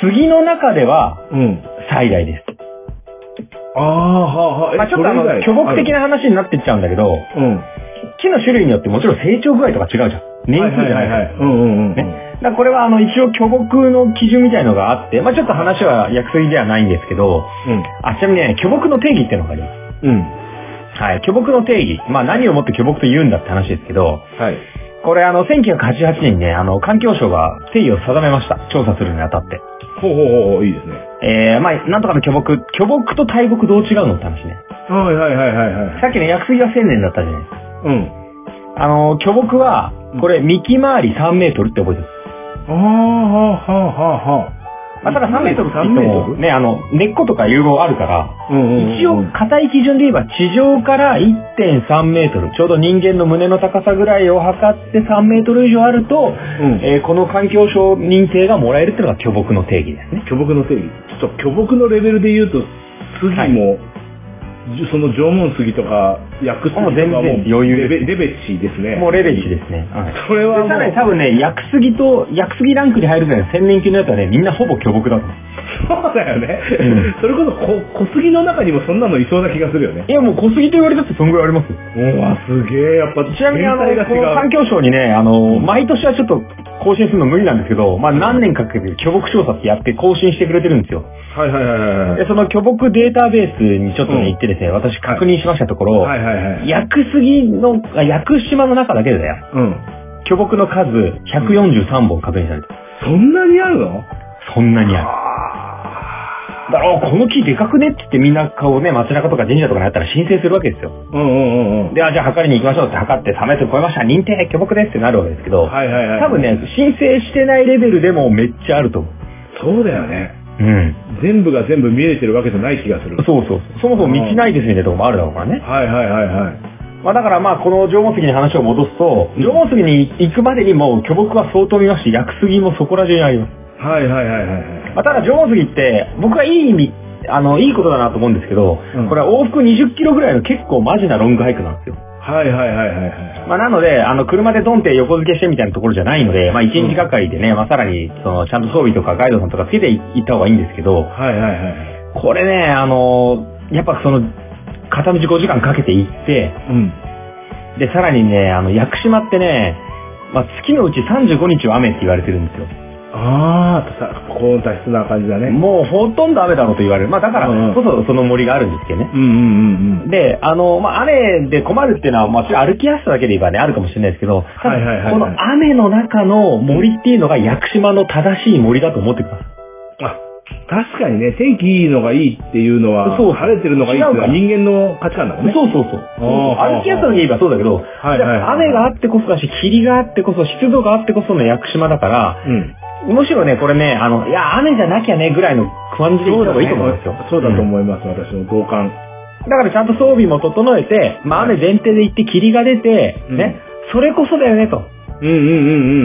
Speaker 2: 杉の中では
Speaker 1: うん。
Speaker 2: 最大です。
Speaker 1: ああ、はあ、はあ。え
Speaker 2: まあちょっとあの
Speaker 1: それ以、外
Speaker 2: 巨木的な話になってっちゃうんだけど、
Speaker 1: ある。うん。
Speaker 2: 木の種類によってもちろん成長具合とか違うじゃん。年数じゃないから。
Speaker 1: はいはいはい。うんうんうんうん。
Speaker 2: ね、だからこれはあの一応巨木の基準みたいのがあって、まあちょっと話は薬水ではないんですけど、あ、ちなみにね、巨木の定義っていうのがあります。
Speaker 1: うん。うん。
Speaker 2: はい、巨木の定義。まあ何をもって巨木と言うんだって話ですけど、
Speaker 1: はい。
Speaker 2: これあの1988年にね、あの環境省が定義を定めました。調査するにあたって。
Speaker 1: ほうほうほうほう、いいですね。
Speaker 2: えー、まあなんとかの巨木、巨木と大木どう違うのって話ね。
Speaker 1: はいはいはいはいはい。
Speaker 2: さっきの薬水が1000年だったじゃないですか。
Speaker 1: うん。
Speaker 2: あの、巨木は、これ幹回り3メートルって覚えてます。
Speaker 1: ああ、はあはあは
Speaker 2: まあ、ただ3メートルって言って
Speaker 1: 3メート
Speaker 2: も、
Speaker 1: ル
Speaker 2: ね、あの、根っことか融合あるから、
Speaker 1: あ。うんうんうん。
Speaker 2: 一応、硬い基準で言えば、地上から1.3メートル、ちょうど人間の胸の高さぐらいを測って3メートル以上あると、
Speaker 1: うん。
Speaker 2: えーこの環境省認定がもらえるっていうのが巨木の定義ですね。
Speaker 1: 巨木の定義。ちょっと巨木のレベルで言うと、杉も、じゅその縄文杉とか、薬杉とかも
Speaker 2: もう全然余
Speaker 1: レ
Speaker 2: 裕
Speaker 1: ベ
Speaker 2: で
Speaker 1: レベチですね。
Speaker 2: もうレベチですね。はい
Speaker 1: それ
Speaker 2: で
Speaker 1: はもう
Speaker 2: さらに多分ね、薬杉と、薬杉ランクに入るぐらいの千年級のやつはね、みんなほぼ巨木だと思う。
Speaker 1: そうだよね。
Speaker 2: うん
Speaker 1: それこそこ小杉の中にもそんなのいそうな気がするよね。
Speaker 2: いや、もう小杉と言われたってそんぐらいありますよ
Speaker 1: うわ、すげえ、やっぱ、
Speaker 2: ちなみにあの、
Speaker 1: 年代
Speaker 2: この
Speaker 1: が違
Speaker 2: 環
Speaker 1: う。
Speaker 2: 境省にね、あの、毎年はちょっと更新するの無理なんですけど、まあ何年かかけて巨木調査ってやって更新してくれてるんですよ。
Speaker 1: はいはいはいはいはい
Speaker 2: で、。その巨木データベースにちょっと
Speaker 1: うん
Speaker 2: ね、行ってですね、私確認しましたところ、
Speaker 1: はいはいはい。
Speaker 2: 屋久杉の、あ屋久島の中だけでだよ。
Speaker 1: うん。
Speaker 2: 巨木の数143本確認されてる。
Speaker 1: そんなにあるの
Speaker 2: そんなにある。
Speaker 1: あ
Speaker 2: だから、おこの木でかくねって言ってみんな顔ね、街中とか神社とかにあったら申請するわけですよ。
Speaker 1: ー。うんうんうんうん。
Speaker 2: で、あ、じゃあ測りに行きましょうって測って3メートル超えました、認定、巨木ですってなるわけですけど、
Speaker 1: はいはいはい。
Speaker 2: 多分ね、申請してないレベルでもめっちゃあると思う。
Speaker 1: そうだよね。
Speaker 2: うん。
Speaker 1: 全部が全部見えてるわけじゃない気がする。
Speaker 2: そうそうそう。そもそも道ないですみたいなとこもあるだろうからね。
Speaker 1: はいはいはいはい。
Speaker 2: まあだからまあこの縄文杉に話を戻すと、
Speaker 1: うん
Speaker 2: 縄文杉に行くまでにもう巨木は相当見まして、薬杉もそこら中にあります。
Speaker 1: はいはいはいはいはい。
Speaker 2: まあただ縄文杉って、僕はいい意味、あの、いいことだなと思うんですけど、
Speaker 1: うん
Speaker 2: これは往復20キロぐらいの結構マジなロングハイクなんですよ。
Speaker 1: はいはいはいはいはい。
Speaker 2: まあなので、あの、車でドンって横付けしてみたいなところじゃないので、まあ1日がかりでね、まあさらに、その、ちゃんと装備とかガイドさんとかつけて行った方がいいんですけど、
Speaker 1: はいはいはいはい。
Speaker 2: これね、あのーやっぱその、片道5時間かけて行って、
Speaker 1: うん。
Speaker 2: で、さらにね、あの、屋久島ってね、まあ、月のうち35日は雨って言われてるんですよ。
Speaker 1: あーとさ、高温多湿な感じだね。
Speaker 2: もうほとんど雨だろうと言われる。まあ、だか
Speaker 1: うんう
Speaker 2: ら
Speaker 1: ん
Speaker 2: こそその森があるんですけどね。
Speaker 1: うんうんうんうん。
Speaker 2: で、あの、まあ、雨で困るっていうのは、まあ、それ歩きやすさだけで言えばね、あるかもしれないですけど、
Speaker 1: はいはいはいはい
Speaker 2: この雨の中の森っていうのが屋久島の正しい森だと思ってください。
Speaker 1: あ、確かにね、天気いいのがいいっていうのは、
Speaker 2: そう
Speaker 1: 晴れてるのがいいっていうのは
Speaker 2: 違うから
Speaker 1: 人間の価値観だもんね。
Speaker 2: そうそうそう。
Speaker 1: あー
Speaker 2: 歩きやすさだけ言えばそうだけど、
Speaker 1: はいはいはい
Speaker 2: 雨があってこそだし、霧があってこそ、湿度があってこその屋久島だから、
Speaker 1: うん。
Speaker 2: むしろね、これね、あの、いや、雨じゃなきゃね、ぐらいの感じで行った方がいいと思うんですよ。
Speaker 1: そうだと思います、私の同感。
Speaker 2: だからちゃんと装備も整えて、まあ雨前提で行って霧が出て、
Speaker 1: うん
Speaker 2: ね、それこそだよねと。
Speaker 1: うんうんう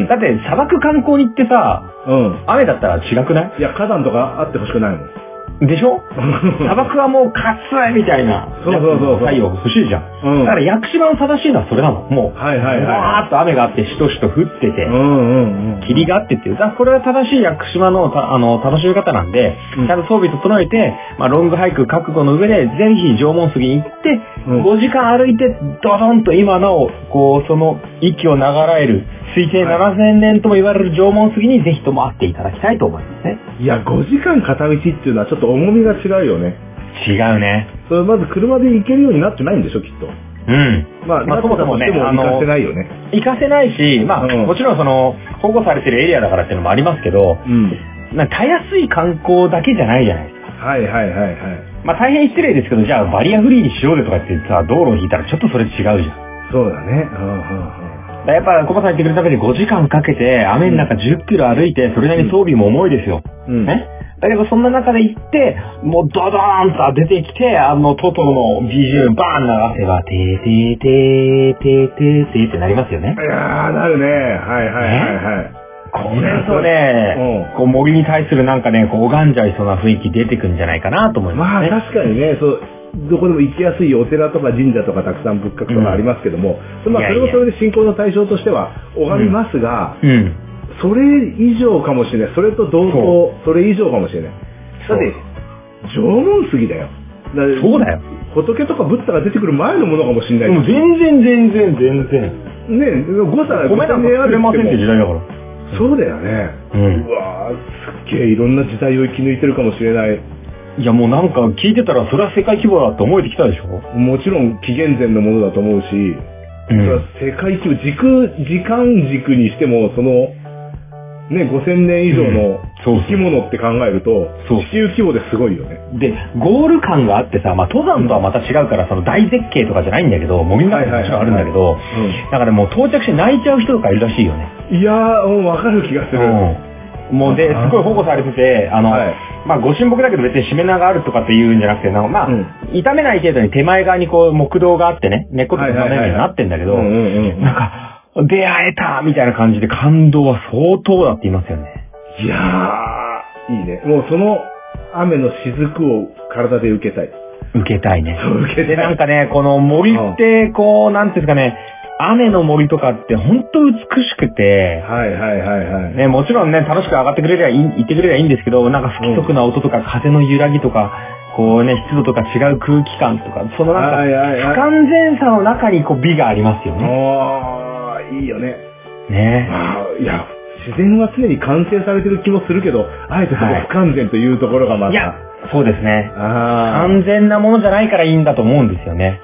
Speaker 1: ん
Speaker 2: だって砂漠観光に行ってさ、
Speaker 1: うん。うん。
Speaker 2: 雨だったら違くない
Speaker 1: いや、花壇とかあってほしくないも ん。
Speaker 2: でしょ砂漠はもうかついみたいな、
Speaker 1: そうそうそうそう
Speaker 2: 太陽欲しいじゃん。
Speaker 1: うん。
Speaker 2: だから屋久島の正しいのはそれなの。もう、
Speaker 1: はいはいはい
Speaker 2: わーっと雨があってしとしと降ってて、
Speaker 1: うんうんうん。
Speaker 2: 霧があってっていう。だからこれは正しい屋久島のたあの楽しみ方なんで、
Speaker 1: うん
Speaker 2: ちゃんと装備整えて、まあ、ロングハイク覚悟の上で、ぜひ縄文杉に行って、
Speaker 1: うん
Speaker 2: 5時間歩いて、ドドンと今なお、こう、その息を流らえる、推定
Speaker 1: は
Speaker 2: 7000年とも言われる縄文杉にぜひとも会っていただきたいと思いますね。
Speaker 1: いや、5時間片道っていうのはちょっと重みが違うよね。
Speaker 2: 違うね。
Speaker 1: それまず車で行けるようになってないんでしょ、きっと。
Speaker 2: うん。
Speaker 1: まあ、
Speaker 2: まあ
Speaker 1: なってたとしても
Speaker 2: そもそもねあ
Speaker 1: 行
Speaker 2: の
Speaker 1: かせないよね。
Speaker 2: 行かせないし、まあ、
Speaker 1: うん
Speaker 2: もちろんその、保護されてるエリアだからっていうのもありますけど、
Speaker 1: うん。
Speaker 2: なんかたやすい観光だけじゃないじゃないですか。
Speaker 1: はいはいはいはい。
Speaker 2: まあ大変失礼ですけど、じゃあバリアフリーにしようでとかって言ってさ、道路を引いたらちょっとそれ違うじゃん。
Speaker 1: そうだね。うんうん
Speaker 2: だからやっぱ、コバさん言ってくれたみに5時間かけて、雨の中10キロ歩いて、それなりに装備も重いですよ。
Speaker 1: うん。うん。
Speaker 2: ね。だだけどそんな中で行って、もうドドーンと出てきて、あの、トトロの BGM バーン流せば、てーてーてーてーてーてーってなりますよね
Speaker 1: い。やー、なるね。はいはいはいはい。
Speaker 2: これとね、こう森に対するなんかね、こう拝んじゃいそうな雰囲気出てくんじゃないかなと思い
Speaker 1: ま
Speaker 2: ま
Speaker 1: あ
Speaker 2: すね。
Speaker 1: 確かにね、そう、どこでも行きやすいお寺とか神社とかたくさん仏閣とかありますけども、まあそ
Speaker 2: いやい
Speaker 1: れ
Speaker 2: や
Speaker 1: もそれで信仰の対象としては拝みますが、
Speaker 2: うん。
Speaker 1: それ以上かもしれない。それと同等、それ以上かもしれない。だって、縄文杉だよ。だって
Speaker 2: そうだよ。
Speaker 1: 仏とかブッダが出てくる前のものかもしれない。
Speaker 2: もう全然全然全然。
Speaker 1: ね誤差、誤差
Speaker 2: 米なんか作れませんって時
Speaker 1: も
Speaker 2: 代だから。
Speaker 1: そうだよね。
Speaker 2: う。
Speaker 1: うんわーすっげえいろんな時代を生き抜いてるかもしれない。
Speaker 2: いやもうなんか聞いてたらそれは世界規模だって思えてきたでしょ
Speaker 1: もちろん紀元前のものだと思うし、
Speaker 2: う
Speaker 1: それは。世界規模、軸、時間軸にしても、その、ね、5000年以上の
Speaker 2: そう
Speaker 1: 生き物って考えると、
Speaker 2: そう
Speaker 1: 地球規模ですごいよね。
Speaker 2: で、ゴール感があってさ、まあ登山とはまた違うから、その大絶景とかじゃないんだけど、もうみんなももちろんあるんだけど、だからもう到着して泣いちゃう人とかいるらしいよね。
Speaker 1: いやー、うんわかる気がする。
Speaker 2: うん。もうで、すごい保護されてて、あの、
Speaker 1: はい
Speaker 2: まあご神木だけど別に締め縄があるとかっていうんじゃなくて、なんかまあ、
Speaker 1: うん
Speaker 2: 痛めない程度に手前側にこう木道があってね、根っことかないようになってんだけ
Speaker 1: うん
Speaker 2: ど、
Speaker 1: うんうん。
Speaker 2: なんか、出会えたみたいな感じで感動は相当だって言いますよね。
Speaker 1: いやー、いいね。もうその雨の雫を体で受けたい。
Speaker 2: 受けたいね。
Speaker 1: そう、受けた
Speaker 2: で、
Speaker 1: い。
Speaker 2: なんかね、この森って、こう、なんていうんですかね、雨の森とかって本当美しくて、
Speaker 1: はいはいはいはい。
Speaker 2: ね、もちろんね、楽しく上がってくれりゃいい、行ってくれりゃいいんですけど、なんか不規則な音とか、風の揺らぎとか、こうね、湿度とか違う空気感とか、そのな
Speaker 1: は
Speaker 2: ん
Speaker 1: い
Speaker 2: か、
Speaker 1: はい
Speaker 2: 不
Speaker 1: はい。
Speaker 2: 完全さの中にこう美がありますよね。
Speaker 1: あー、いいよね。
Speaker 2: ね。
Speaker 1: まあ、いや、自然は常に完成されてる気もするけど、あえてその不完全というところがまた。
Speaker 2: いや、そうですね。
Speaker 1: あー
Speaker 2: 完全なものじゃないからいいんだと思うんですよね。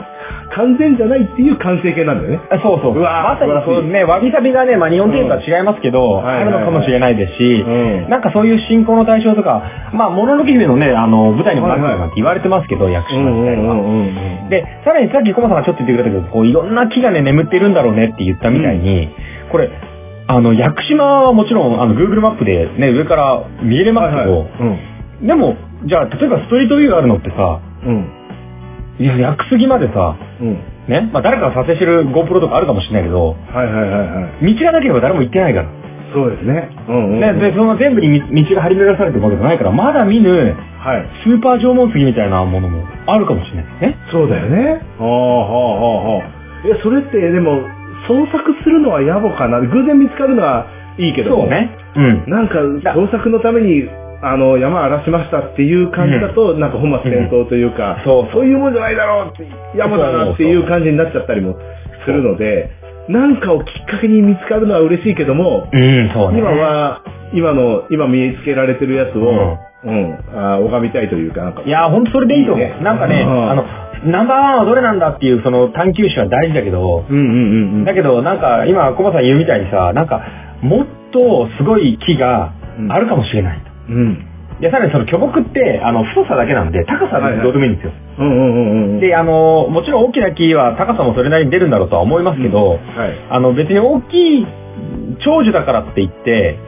Speaker 1: 完全じゃないっていう完成形なんだよね。
Speaker 2: あそうそう。
Speaker 1: うわー
Speaker 2: まさに
Speaker 1: 素晴
Speaker 2: こ
Speaker 1: ら
Speaker 2: う
Speaker 1: しい
Speaker 2: ね、わびさびがね、まあ日本庭園とは違いますけど、
Speaker 1: んはいは
Speaker 2: あ
Speaker 1: い
Speaker 2: る
Speaker 1: はい
Speaker 2: のかもしれないですし、
Speaker 1: ん
Speaker 2: なんかそういう信仰の対象とか、まあ、もののけ姫のね、あの、舞台にもなってるなんて言われてますけど、薬
Speaker 1: う
Speaker 2: 師
Speaker 1: ん
Speaker 2: の
Speaker 1: う
Speaker 2: 時代
Speaker 1: んう
Speaker 2: は。
Speaker 1: んうん。
Speaker 2: で、さらにさっきコマさんがちょっと言ってくれたけど、こう、いろんな木がね、眠ってるんだろうねって言ったみたいに、これ、あの、屋久島はもちろん、あの、Google マップでね、上から見えれますけど、
Speaker 1: うん。
Speaker 2: でも、じゃあ、例えばストリートビューがあるのってさ、
Speaker 1: うん。
Speaker 2: いや、屋久杉までさ、
Speaker 1: うん。
Speaker 2: ね、まあ、誰かが撮影してる GoPro とかあるかもしれないけど、
Speaker 1: はいはいはいはい。
Speaker 2: 道がなければ誰も行ってないから。
Speaker 1: そうですね。うんうん。
Speaker 2: ね、で、その全部に道道が張り巡らされてるわけじゃないから、まだ見ぬ、
Speaker 1: はい。
Speaker 2: スーパー縄文杉みたいなものもあるかもしれないですね。
Speaker 1: そうだよね。ああ、はあ、はあ、はあ。いや、それって、でも、創作するのは野暮かな。偶然見つかるのはいいけども。。
Speaker 2: うん。
Speaker 1: なんか、
Speaker 2: だ
Speaker 1: 創作のために、あの、山荒らしましたっていう感じだと、なんか本末転倒というか、
Speaker 2: んそうそう
Speaker 1: いうもんじゃないだろうって、山だなっていう感じになっちゃったりもするので、なんかをきっかけに見つかるのは嬉しいけども、
Speaker 2: うん、そうね。
Speaker 1: 今は、今の、今見つけられてるやつを、うん、あー拝みたいというか、なんか
Speaker 2: い、や、ほんとそれでいいと思う。
Speaker 1: いいね
Speaker 2: なんかね、
Speaker 1: うん
Speaker 2: あの、ナンバーワンはどれなんだっていう、その探求心は大事だけど、
Speaker 1: うんうんうんうん。
Speaker 2: だけど、なんか、今、コバさん言うみたいにさ、なんか、もっとすごい木があるかもしれないと。
Speaker 1: うん。
Speaker 2: いや、さらにその巨木って、あの、太さだけなんで、高さ
Speaker 1: はいは
Speaker 2: で
Speaker 1: い
Speaker 2: どうでもいいんですよ。
Speaker 1: うんうんうんうん。、
Speaker 2: で、あの、もちろん大きな木は高さもそれなりに出るんだろうとは思いますけど、
Speaker 1: はい。
Speaker 2: あの別に大きい長寿だからって言って、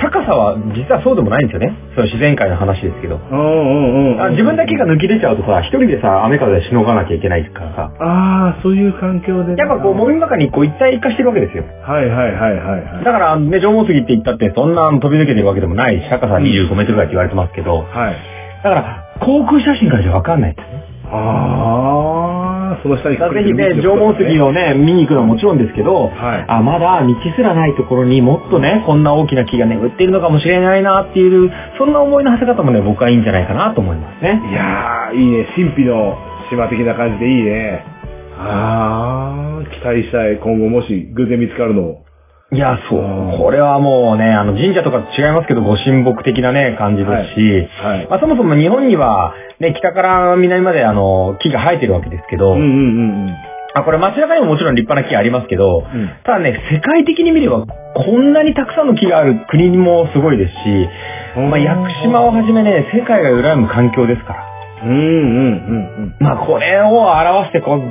Speaker 2: 高さは実はそうでもないんですよね。その自然界の話ですけ
Speaker 1: う
Speaker 2: ど。
Speaker 1: んうんうんうん。
Speaker 2: あ自分だけが抜き出ちゃうとさ、一人でさ、雨風でしのがなきゃいけないからさ。
Speaker 1: ああ、そういう環境でね。
Speaker 2: やっぱこう、森の中にこう一体化してるわけですよ。
Speaker 1: はいはいはいはいはい
Speaker 2: だ。からね、縄文杉って言ったってそんな飛び抜けてるわけでもないし、高さ25メートルぐらいって言われてますけど、
Speaker 1: はい。
Speaker 2: だから、航空写真からじゃわかんないですね。
Speaker 1: ああ、その下に
Speaker 2: だからぜひ
Speaker 1: 隠れてる
Speaker 2: ね、縄文杉
Speaker 1: を。
Speaker 2: をね、見に行くのはもちろんですけど、
Speaker 1: はい。
Speaker 2: あ、まだ道すらないところにもっとね、こんな大きな木が眠っているのかもしれないなっていう、そんな思いの馳せ方もね、僕はいいんじゃないかなと思いますね。
Speaker 1: いやー、いいね。神秘の島的な感じでいいね。ああ、期待したい。今後もし偶然見つかるのを。
Speaker 2: いや、そう
Speaker 1: うん。
Speaker 2: これはもうね、あの、神社とか違いますけど、ご神木的なね、感じですし、
Speaker 1: はい。
Speaker 2: まあ、そもそも日本には、ね、北から南まであの、木が生えてるわけですけど、
Speaker 1: うんうんうんうん。
Speaker 2: あ、これ街中にももちろん立派な木ありますけど、
Speaker 1: うん
Speaker 2: ただね、世界的に見れば、こんなにたくさんの木がある国もすごいですし、まあ、屋久島をはじめね、世界が羨む環境ですから。
Speaker 1: うんうんうん
Speaker 2: まあこれを表してこうギュッ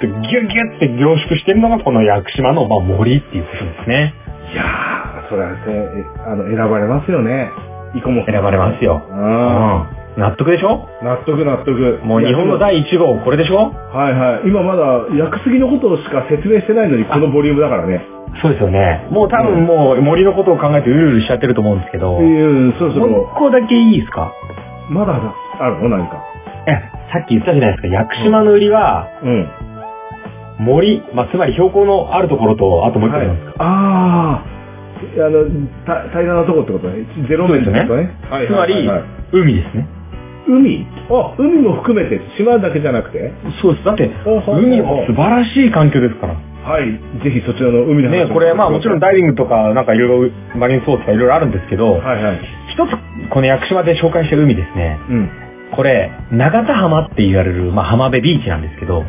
Speaker 2: とギュッギュッって凝縮してるのがこの屋久島のまあ森っていうことですね。
Speaker 1: うん。いやー、それはね、えあの、選ばれますよね。イカも。
Speaker 2: 選ばれますよ。うん
Speaker 1: ああ。。
Speaker 2: 納得でしょ
Speaker 1: 納得納得。
Speaker 2: もう日本の
Speaker 1: い
Speaker 2: 第1号、これでしょ
Speaker 1: やでもはいはい。今まだ、屋久杉のことしか説明してないのに、このボリュームだからね。
Speaker 2: そうですよね。もう多分もう森のことを考えてうるうるしちゃってると思うんですけど、
Speaker 1: う、
Speaker 2: もうん
Speaker 1: そろそろ
Speaker 2: 1、個だけいいですか
Speaker 1: まだあるの何か。
Speaker 2: え、さっき言ったじゃないですか、屋久島の売りは、
Speaker 1: うん。
Speaker 2: 森、まあ、つまり標高のあるところと、あともう一個
Speaker 1: はい
Speaker 2: なんですか、。
Speaker 1: ああ。あの、た平らなとこってことね。ゼロ面ってことね。はい
Speaker 2: つまり、
Speaker 1: はいはい
Speaker 2: 海ですね。
Speaker 1: 海あ、海も含めて、島だけじゃなくて
Speaker 2: そうです。だって、
Speaker 1: ほうほうほう
Speaker 2: 海は素晴らしい環境ですから。
Speaker 1: はい。ぜひそちらの海の話
Speaker 2: ね、これ、まあもちろん
Speaker 1: だ
Speaker 2: ダイビングとか、なんかいろいろ、マリンスポーツとかいろいろあるんですけど、
Speaker 1: はいはい。
Speaker 2: 一つ、この屋久島で紹介した海ですね。
Speaker 1: うん。
Speaker 2: これ、長田浜って言われる、まあ浜辺ビーチなんですけど、
Speaker 1: はい。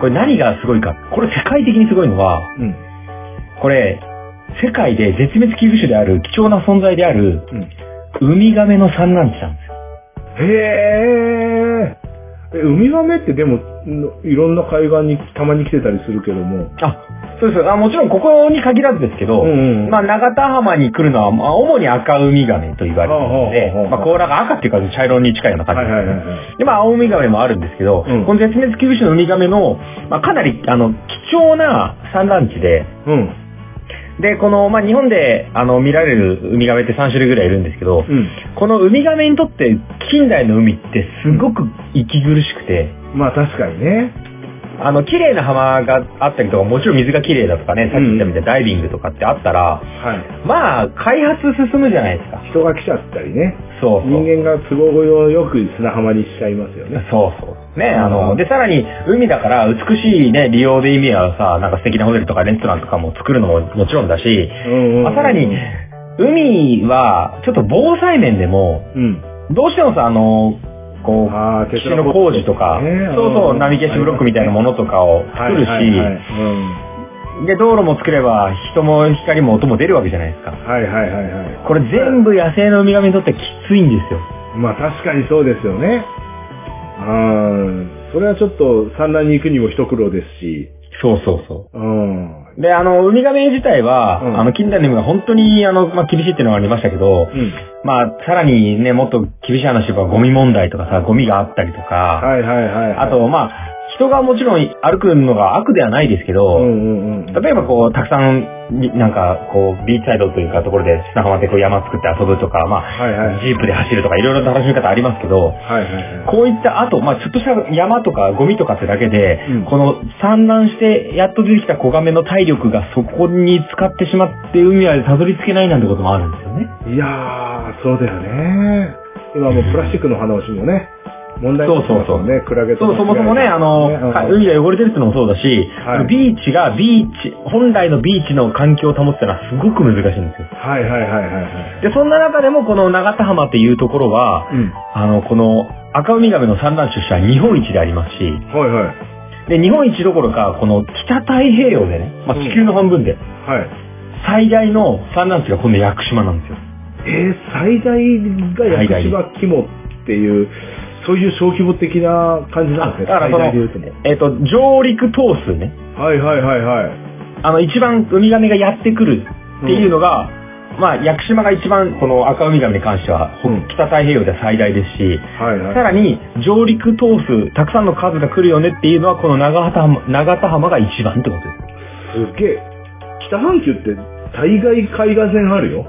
Speaker 2: これ何がすごいか。これ世界的にすごいのは、
Speaker 1: うん。
Speaker 2: これ、世界で絶滅危惧種である貴重な存在である、
Speaker 1: うん。
Speaker 2: ウミガメの産卵地なんですよ。
Speaker 1: へーえ。ウミガメってでも、んいろんな海岸にたまに来てたりするけども。
Speaker 2: あ、そうです。あもちろんここに限らずですけど、
Speaker 1: ん
Speaker 2: まあ、長田浜に来るのは、まあ、主に赤ウミガメと言われている
Speaker 1: ほうほうほうほ
Speaker 2: の
Speaker 1: う
Speaker 2: で、まあ、甲羅が赤っていうか茶色に近いような感じ
Speaker 1: はい
Speaker 2: です、
Speaker 1: はいはいはい。
Speaker 2: で、まあ、青ウミガメもあるんですけど、
Speaker 1: うん
Speaker 2: この絶滅危惧種のウミガメの、まあ、かなり、あの、貴重な産卵地で、
Speaker 1: うん。
Speaker 2: で、この、まあ、日本で、あの、見られるウミガメって3種類ぐらいいるんですけど、
Speaker 1: う
Speaker 2: このウミガメにとって近代の海ってすごく息苦しくて、
Speaker 1: ん。まあ確かにね。
Speaker 2: あの、綺麗な浜があったりとか、もちろん水が綺麗だとかね、さっき言ったみたいにダイビングとかってあったら、
Speaker 1: は
Speaker 2: まあ、開発進むじゃないですか。
Speaker 1: い。人が来ちゃったりね。
Speaker 2: そうそう。
Speaker 1: 人間が都合よく砂浜にしちゃいますよね。
Speaker 2: そうそう。ね、あ
Speaker 1: う
Speaker 2: の、
Speaker 1: ん
Speaker 2: で、さらに、海だから、美しいね、利用で意味はさ、なんか素敵なホテルとかレストランとかも作るのももちろんだし、
Speaker 1: うん
Speaker 2: まあさらに、海は、ちょっと防災面でも、
Speaker 1: うん。
Speaker 2: どうしてもさ、あの、こう、
Speaker 1: あー
Speaker 2: 基地の工事とか、
Speaker 1: ね
Speaker 2: そうそう、
Speaker 1: ん
Speaker 2: ナビゲーションブロックみたいなものとかを
Speaker 1: は
Speaker 2: 作
Speaker 1: い
Speaker 2: る
Speaker 1: はいはい
Speaker 2: し、で、道路も作れば、人も光も音も出るわけじゃないですか。
Speaker 1: はいはいはいはい。
Speaker 2: これ全部野生のウミガメにとってきついんですよ。
Speaker 1: まあ確かにそうですよね。うん。それはちょっと産卵に行くにも一苦労ですし。
Speaker 2: そうそうそう。
Speaker 1: うん。うん。
Speaker 2: で、あの、ウミガメ自体は、
Speaker 1: うん
Speaker 2: あの、近代の海が本当に、あの、まあ、厳しいっていうのがありましたけど、まあ、さらにね、もっと厳しい話はゴミ問題とかさ、ゴミがあったりとか、
Speaker 1: はいはいはい、はい。
Speaker 2: あ、と、まあ、人がもちろん歩くのが悪ではないですけ
Speaker 1: う
Speaker 2: ど、
Speaker 1: んうんうん。
Speaker 2: 例えばこう、たくさん、になんか、こう、ビーチサイドというか、ところで砂浜でこう山作って遊ぶとか、まあ、
Speaker 1: はいはい。
Speaker 2: ジープで走るとか、いろいろ楽しみ方ありますけど、
Speaker 1: はいはいはい。
Speaker 2: こういった、あと、まあ、ちょっとした山とかゴミとかってだけで、
Speaker 1: うん
Speaker 2: この産卵してやっと出てきた子ガメの体力がそこに使ってしまって海までたどり着けないなんてこともあるんですよね。
Speaker 1: いやー、そうだよね。今もうプラスチックの話もね、問題になってますもんね、クラゲと
Speaker 2: そう、
Speaker 1: か
Speaker 2: そもそもね、あの、か
Speaker 1: うん
Speaker 2: 海が汚れてるってのもそうだし、
Speaker 1: はい
Speaker 2: ビーチがビーチ、本来のビーチの環境を保つってのはすごく難しいんですよ。
Speaker 1: はいはいはいはいはい。
Speaker 2: で、そんな中でもこの長田浜っていうところは、
Speaker 1: うん。
Speaker 2: あの、この赤ウミガメの産卵地としては日本一でありますし、
Speaker 1: はいはい。
Speaker 2: で、日本一どころか、この北太平洋でね、まあ、
Speaker 1: うん
Speaker 2: 地球の半分で、
Speaker 1: はい。
Speaker 2: 最大の産卵地がこの屋久島なんですよ。
Speaker 1: えー、最大が屋久島肝っていう、そういう小規模的な感じなんですね。
Speaker 2: あ
Speaker 1: 最
Speaker 2: だからその
Speaker 1: 大で言うとも。
Speaker 2: えっ、と、上陸頭数ね。
Speaker 1: はいはいはいはい。
Speaker 2: あの、一番ウミガメがやってくるっていうのが、まあ、屋久島が一番この赤ウミガメに関しては、ほ
Speaker 1: うん
Speaker 2: 北太平洋では最大ですし、
Speaker 1: はいはい。
Speaker 2: さらに上陸頭数、たくさんの数が来るよねっていうのは、この長田浜長田浜が一番ってことです
Speaker 1: げえ。北半球って大概海岸線あるよ。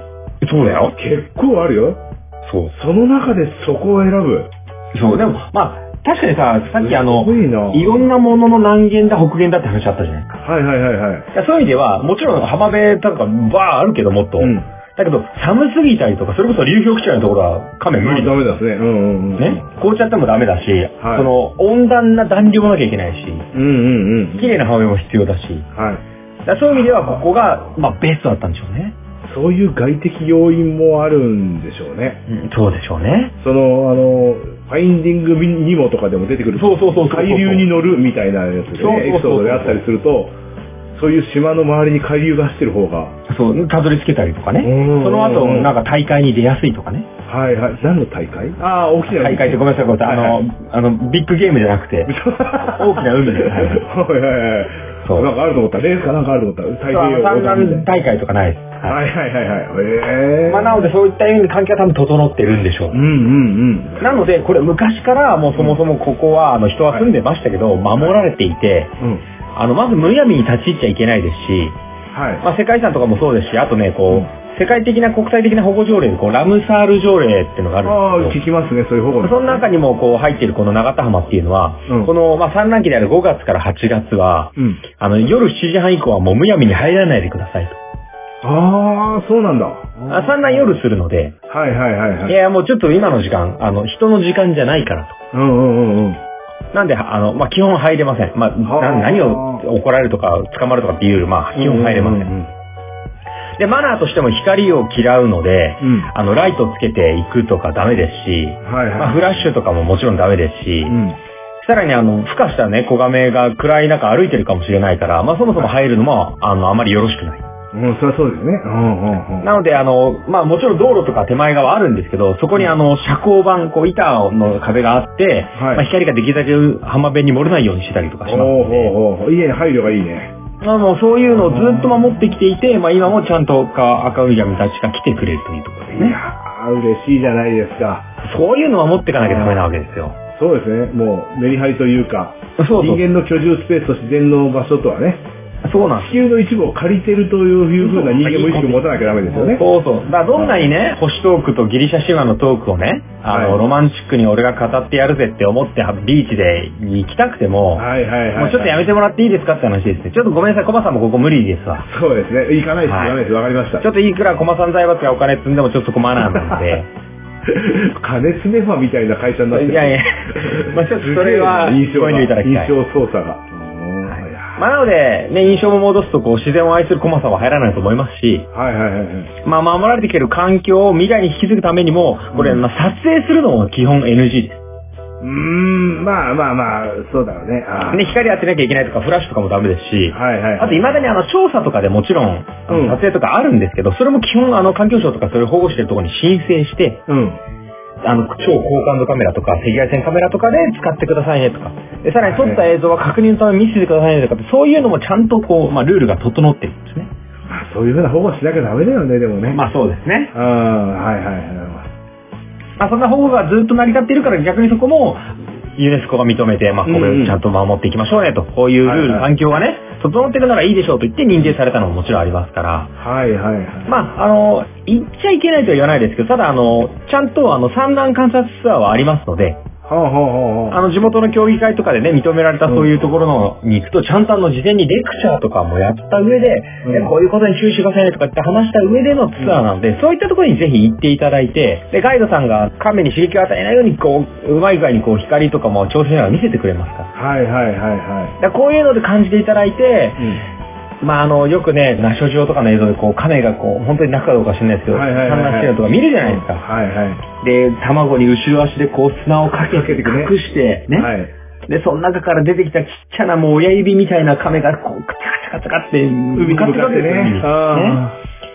Speaker 2: す。そうだよ。
Speaker 1: 結構あるよ。
Speaker 2: そう。
Speaker 1: その中でそこを選ぶ。
Speaker 2: そう。でも、まあ、確かにさ、さっきあの
Speaker 1: す、ごいな。
Speaker 2: いろんなものの南限だ北限だって話あったじゃないですか。
Speaker 1: はいはいはいはい。
Speaker 2: いやそういう意味では、もちろん浜辺とかバーあるけどもっと。
Speaker 1: うん。
Speaker 2: だけど、寒すぎたりとか、それこそ流氷基地のところは亀無理だ
Speaker 1: ダメですね。うんうんうん。
Speaker 2: ね。凍っちゃってもダメだし、
Speaker 1: はい
Speaker 2: その温暖な暖流もなきゃいけないし、
Speaker 1: うんうんうん。
Speaker 2: 綺麗な浜辺も必要だし、
Speaker 1: はい。
Speaker 2: だからそういう意味ではここが、まあベストだったんでしょうね。
Speaker 1: そういう外的要因もあるんでしょうね。
Speaker 2: そうでしょうね。
Speaker 1: その、あの、ファインディングニモとかでも出てくる。
Speaker 2: そうそうそうそう
Speaker 1: 海流に乗るみたいなやつで
Speaker 2: そうそうそう
Speaker 1: ね、エピソードであったりすると、そういう島の周りに海流が走ってる方が、
Speaker 2: そうそう、たどり着けたりとかね。
Speaker 1: うん
Speaker 2: その後、なんか大会に出やすいとかね。
Speaker 1: はいはい。何の大会ああ、大きな
Speaker 2: 大会ってごめんなさい、ごめんなさい。あ
Speaker 1: はいは
Speaker 2: の、あの、ビッグゲームじゃなくて、 大きな 海で。はい
Speaker 1: はいはいはい。
Speaker 2: そう
Speaker 1: なんかあると思った。レースかなんかあると思った。太
Speaker 2: そうあ
Speaker 1: 平洋
Speaker 2: の三
Speaker 1: 横断みたい
Speaker 2: 段
Speaker 1: な
Speaker 2: 大会とかないです。はい
Speaker 1: はいはいはいはい。ええ。
Speaker 2: まあ、なのでそういった意味で関係は多分整ってるんでしょ
Speaker 1: うん
Speaker 2: う。
Speaker 1: うんうん。
Speaker 2: なので、これ昔からもうそもそもここはあの人は住んでましたけど、守られていて、
Speaker 1: うん。
Speaker 2: あの、まずむやみに立ち入っちゃいけないですし、
Speaker 1: はい。
Speaker 2: まあ、世界遺産とかもそうですし、あとね、
Speaker 1: う
Speaker 2: こ
Speaker 1: ん
Speaker 2: う、世界的な国際的な保護条例で、こう、ラムサール条例っていうのがあ
Speaker 1: あ
Speaker 2: るん
Speaker 1: あ、
Speaker 2: です
Speaker 1: 聞きますね、そういう保
Speaker 2: け
Speaker 1: 護
Speaker 2: ど、その中にもこう入ってるこの長田浜っていうのは、
Speaker 1: うん
Speaker 2: この、まあ、産卵期である5月から8月は、
Speaker 1: うん。
Speaker 2: あの、夜7時半以降はもうむやみに入らないでくださいと。
Speaker 1: ああ、そうなんだ。
Speaker 2: あ産卵夜するので、
Speaker 1: はいはいはいはいい。
Speaker 2: や、もうちょっと今の時間、あの、人の時間じゃないからと。
Speaker 1: うんうんうんうん。
Speaker 2: なんで、あの、まあ、基本入れません。まあ、
Speaker 1: はあ
Speaker 2: な何を怒られるとか、捕まるとかっていうより、まあ、基本入れませ。
Speaker 1: うんん
Speaker 2: で、マナーとしても光を嫌うので、
Speaker 1: うんうん。
Speaker 2: あの、ライトつけていくとかダメですし、
Speaker 1: うんはい
Speaker 2: まあ、
Speaker 1: は
Speaker 2: フラッシュとかももちろんダメですし
Speaker 1: い。う、ん。
Speaker 2: さらにあの、孵化したね、子亀が暗い中歩いてるかもしれないから、まあ、そもそも入るのも、あの、あまりよろしくない。
Speaker 1: うん、そりゃそうですね。うんうんうん。
Speaker 2: なので、あの、まあ、もちろん道路とか手前側あるんですけど、そこにあの、遮光板、こう、板の壁があって、
Speaker 1: はい
Speaker 2: まあ、光ができるだけ浜辺に漏れないようにしてたりとかします
Speaker 1: お
Speaker 2: ので、
Speaker 1: おおおいいね、配慮がいいね。
Speaker 2: まあもうそういうのをずっと守ってきていて、まあ今もちゃんとか赤ウミガメたちが来てくれるというところです
Speaker 1: い
Speaker 2: ね。
Speaker 1: やー、嬉しいじゃないですか。
Speaker 2: そういうのは持っていかなきゃダメなわけですよ。
Speaker 1: そうですね、もう、メリハリというか、
Speaker 2: そうそう。
Speaker 1: 人間の居住スペースと自然の場所とはね、
Speaker 2: そうなんです
Speaker 1: 地球の一部を借りてるというふうな人間も意識を持たなきゃダメですよね。
Speaker 2: そうそう。だからどんなにね、星トークとギリシャ神話のトークをね、あの、
Speaker 1: はい
Speaker 2: ロマンチックに俺が語ってやるぜって思ってビーチで行きたくても、
Speaker 1: はいはいはい。
Speaker 2: もうちょっとやめてもらっていいですかって話ですね。ちょっとごめんなさい、コバさんもここ無理ですわ。
Speaker 1: そうですね、行かないです、
Speaker 2: はい
Speaker 1: ダメです、わかりました
Speaker 2: ち。ょっといくらコマさん財閥がお金積んでもちょっとそこマナーなので。
Speaker 1: 金詰めファみたいな会社になってる
Speaker 2: いやいや、まあちょっとそれは、
Speaker 1: すげえ印象
Speaker 2: ご遠慮いただきたい。
Speaker 1: 印象操作が。いや
Speaker 2: まあ、なので、ね、印象も戻すと、こう、自然を愛するコマさんは入らないと思いますし、
Speaker 1: はいはいはいはい。
Speaker 2: まあ、守られてきてる環境を未来に引き継ぐためにも、これ、
Speaker 1: うん
Speaker 2: まあ、撮影するのも基本 NG です。
Speaker 1: うーん、まあまあまあ、そうだろうね。あー
Speaker 2: で、光当てなきゃいけないとか、フラッシュとかもダメですし、
Speaker 1: はいはい。
Speaker 2: あと、未だにあの、調査とかでもちろん、あ
Speaker 1: うん
Speaker 2: の撮影とかあるんですけど、それも基本、あの、環境省とか、それを保護してるところに申請して、
Speaker 1: うん。
Speaker 2: あの、超高感度カメラとか、赤外線カメラとかで使ってくださいねとか、でさらに撮った映像は確認のために見せてくださいねとかって、そういうのもちゃんとこう、まあ、ルールが整ってるんですね。
Speaker 1: まあそういうふうな保護はしなきゃダメだよね、でもね。
Speaker 2: まあ、そうですね。
Speaker 1: あ、うん、はいはいはい。
Speaker 2: まあ、そんな保護がずっと成り立っているから逆にそこもユネスコが認めて、まあ、
Speaker 1: う
Speaker 2: こ
Speaker 1: んう
Speaker 2: れ
Speaker 1: ん
Speaker 2: をちゃんと守っていきましょうねと、こういうルール、
Speaker 1: はいはい
Speaker 2: 環境がね、整ってるならいいでしょうと言って認定されたのももちろんありますから、
Speaker 1: はいはいはい。
Speaker 2: まあ、あの、言っちゃいけないとは言わないですけど、ただ、あの、ちゃんと、あの、産卵観察ツアーはありますので、
Speaker 1: ほうほうほうほ
Speaker 2: あの、地元の協議会とかでね、認められたそういうところの、に行くと、ちゃんとあの、事前にレクチャーとかもやった上で、
Speaker 1: うん
Speaker 2: でこういうことに注意してくださいねとかって話した上でのツアーなので、そういったところにぜひ行っていただいて、で、ガイドさんが亀に刺激を与えないように、こう、うまい具合にこう、光とかも調整しながら見せてくれますから。
Speaker 1: う。はいはいはいは
Speaker 2: だからこういうので感じていただいて
Speaker 1: い。、うん。
Speaker 2: まああの、よくね、ナショジオとかの映像でこう、亀がこう、本当に泣くかどうか知らないですけど、
Speaker 1: はいはいはいはい
Speaker 2: 産卵してるのとか見るじゃないですか。
Speaker 1: はいはい。
Speaker 2: で、卵に後ろ足でこう、砂をかけ
Speaker 1: かけ
Speaker 2: て
Speaker 1: てくね
Speaker 2: 隠して、ね、
Speaker 1: はい。
Speaker 2: で、その中から出てきたちっちゃなもう親指みたいな亀がこう、カチャカチャカチャカって、
Speaker 1: 海に
Speaker 2: 向
Speaker 1: 向か
Speaker 2: か
Speaker 1: っ
Speaker 2: っててるわけですよ
Speaker 1: ね。
Speaker 2: ね
Speaker 1: あ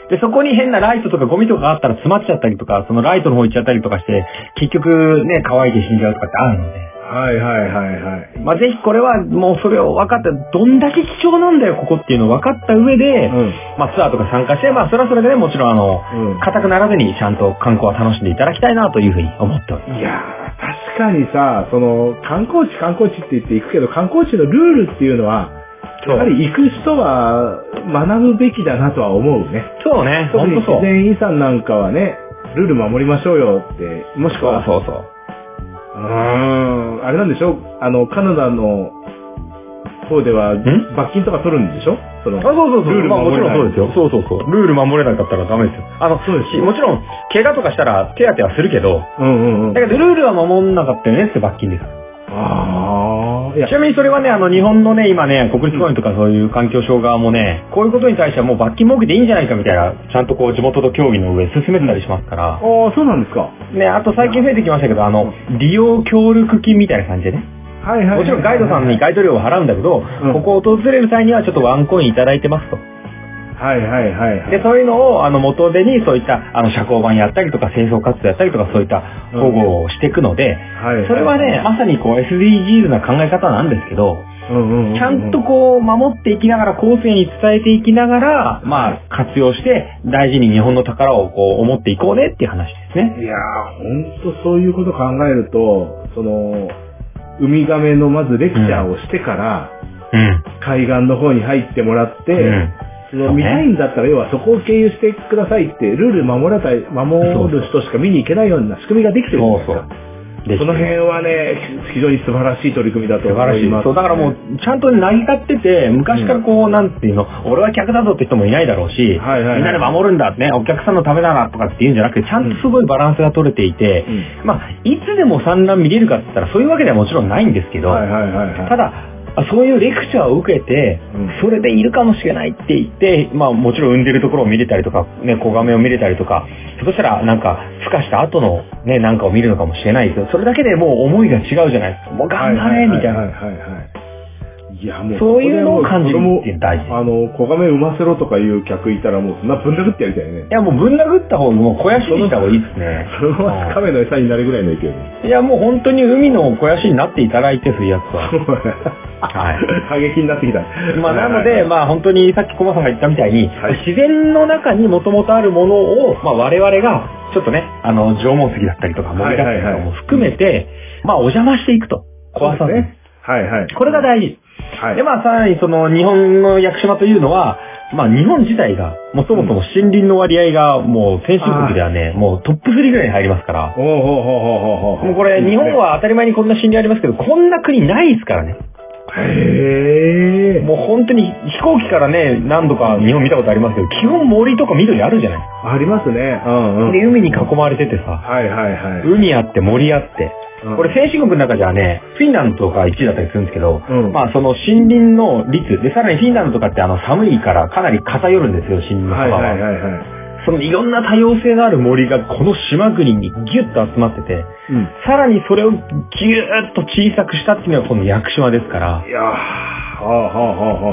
Speaker 2: で、そこに変なライトとかゴミとかがあったら詰まっちゃったりとか、そのライトの方行っちゃったりとかして、結局ね、乾いて死んじゃうとかってあるので。
Speaker 1: ーはいはいはいはい。
Speaker 2: まあ、ぜひこれはもうそれを分かった、どんだけ貴重なんだよ、ここっていうのを分かった上で、
Speaker 1: うん。
Speaker 2: まあ、ツアーとか参加して、まあ、それはそれでね、もちろんあの、
Speaker 1: うん。
Speaker 2: 硬くならずにちゃんと観光は楽しんでいただきたいなというふうに思っております。
Speaker 1: いやー、確かにさ、その、観光地観光地って言って行くけど、観光地のルールっていうのは、やはり行く人は学ぶべきだなとは思うね。
Speaker 2: そうね、
Speaker 1: 特
Speaker 2: ほん
Speaker 1: に
Speaker 2: とそ
Speaker 1: 自
Speaker 2: う。
Speaker 1: 然遺産なんかはね、ルール守りましょうよって、もしく
Speaker 2: そう
Speaker 1: は、
Speaker 2: そうそう。
Speaker 1: うーん、あれなんでしょあの、カナダの方では
Speaker 2: ん、
Speaker 1: 罰金とか取るんでしょその、
Speaker 2: あ、そうそうそう。
Speaker 1: ルール
Speaker 2: まあも
Speaker 1: 守
Speaker 2: ち
Speaker 1: れ
Speaker 2: ろ
Speaker 1: なんい
Speaker 2: そうですよ。そうそうそう。ルール守れなかったらダメですよ。あの、
Speaker 1: そうです
Speaker 2: しもちろん、怪我とかしたら手当てはするけど、
Speaker 1: うんうんうん。
Speaker 2: だけどルールは守んなかったよねって罰金です。
Speaker 1: ああ、いや
Speaker 2: ち、なみにそれはね、あの、日本のね、今ね、国立公園とかそういう環境省側もね、こういうことに対してはもう罰金設けていいんじゃないかみたいな、ちゃんとこう地元と協議の上進めてたりしますから、
Speaker 1: ああ、そうなんですか。は
Speaker 2: ね、あと最近増えてきましたけど、あの、利用協力金みたいな感じでね、
Speaker 1: いはいはい。
Speaker 2: もちろんガイドさんにガイド料を払うんだけど、
Speaker 1: うん
Speaker 2: ここを訪れる際にはちょっとワンコインいただいてますと。
Speaker 1: はいはいはいはい。
Speaker 2: で、そういうのを、あの、元手に、そういった、あの、社交版やったりとか、清掃活動やったりとか、そういった保護をしていくので、
Speaker 1: はいい
Speaker 2: それはね、、まさにこう、SDGs な考え方なんですけど、
Speaker 1: うんうんうんうん
Speaker 2: ちゃんとこう、守っていきながら、後世に伝えていきながら、まあ、活用して、大事に日本の宝をこう、思っていこうねっていう話ですね。
Speaker 1: いやー、ほんとそういうこと考えると、その、ウミガメのまずレクチャーをしてから、
Speaker 2: うん。
Speaker 1: 海岸の方に入ってもらって、
Speaker 2: うん
Speaker 1: その
Speaker 2: そう
Speaker 1: 見
Speaker 2: ね
Speaker 1: たいんだったら、要はそこを経由してくださいって、ルール守らたい、守る人しか見に行けないような仕組みができてるじゃないですか。
Speaker 2: できてる
Speaker 1: その辺はね、非常に素晴らしい取り組みだと
Speaker 2: 素
Speaker 1: 思
Speaker 2: 晴らし
Speaker 1: い
Speaker 2: い
Speaker 1: ます。
Speaker 2: そう、だからもう、ちゃんと成り立ってて、昔からこう、なんていうの、俺は客だぞって人もいないだろうし、
Speaker 1: はいはいはい
Speaker 2: みんなで守るんだね、お客さんのためだなとかっていうんじゃなくて、ちゃんとすごいバランスが取れていて、
Speaker 1: う
Speaker 2: まあ、いつでも産卵見れるかって言ったら、そういうわけではもちろんないんですけど、
Speaker 1: はいはいはいはい。
Speaker 2: ただ、そういうレクチャーを受けて、
Speaker 1: うん
Speaker 2: それでいるかもしれないって言って、まあもちろん産んでるところを見れたりとか、ね、子ガメを見れたりとか、ひょっとしたらなんか、孵化した後のね、なんかを見るのかもしれないけど、それだけでもう思いが違うじゃないですか。もう頑張れみたい
Speaker 1: は
Speaker 2: な。
Speaker 1: いはいはい。いや、もう、
Speaker 2: そういうのを感じるっていうのが大事
Speaker 1: あの、小亀産ませろとかいう客いたら、もうそんなぶん殴ってやりたいね
Speaker 2: い。やもうぶん殴った方がもう肥やしにした方がいいですね。
Speaker 1: そのまま亀の餌になるぐらいの勢いで。
Speaker 2: いやもう本当に海の肥やしになっていただいて、 そういうやつは。 はい。
Speaker 1: 過激になってきた。
Speaker 2: まあ、なの
Speaker 1: はい
Speaker 2: で、
Speaker 1: はい
Speaker 2: まあ、本当にさっきコマさんが言ったみたいに、
Speaker 1: はい
Speaker 2: 自然の中にもともとあるものを、まあ、我々が、ちょっとね、あの、縄文石だったりとか、
Speaker 1: は
Speaker 2: 森
Speaker 1: い
Speaker 2: だ
Speaker 1: は
Speaker 2: っ
Speaker 1: い
Speaker 2: たりと
Speaker 1: はい
Speaker 2: かも含めて、まあ、お邪魔していくと。壊さ
Speaker 1: そう
Speaker 2: ず
Speaker 1: です
Speaker 2: ね
Speaker 1: ね。はいはい。
Speaker 2: これが大事。
Speaker 1: はい。
Speaker 2: で、まあ、さらにその、日本の屋久島というのは、まあ、日本自体が、もともとも森林の割合が、もう、先進国ではね、もうトップ3ぐらいに入りますから、
Speaker 1: おうおうおうおうおうおう
Speaker 2: もうこれ、日本。は当たり前にこんな森林ありますけど、こんな国ないですからね。
Speaker 1: へえ。
Speaker 2: もう本当に飛行機からね、何度か日本見たことありますけど、基本森とか緑あるじゃない、
Speaker 1: ありますね。うんうん。
Speaker 2: で、海に囲まれててさ、
Speaker 1: はいはいはい。
Speaker 2: 海あって森あって。
Speaker 1: うん
Speaker 2: これ先進国の中じゃね、フィンランドとか1位だったりするんですけど、
Speaker 1: うん
Speaker 2: まあその森林の率、で、さらにフィンランドとかってあの寒いからかなり偏るんですよ、森林の
Speaker 1: は
Speaker 2: 幅
Speaker 1: い
Speaker 2: は。
Speaker 1: はいはいはい。
Speaker 2: そのいろんな多様性のある森がこの島国にギュッと集まってて、
Speaker 1: うん。
Speaker 2: さらにそれをギューッと小さくしたっていうのがこの屋久島ですから。
Speaker 1: いやー、はあはあはあ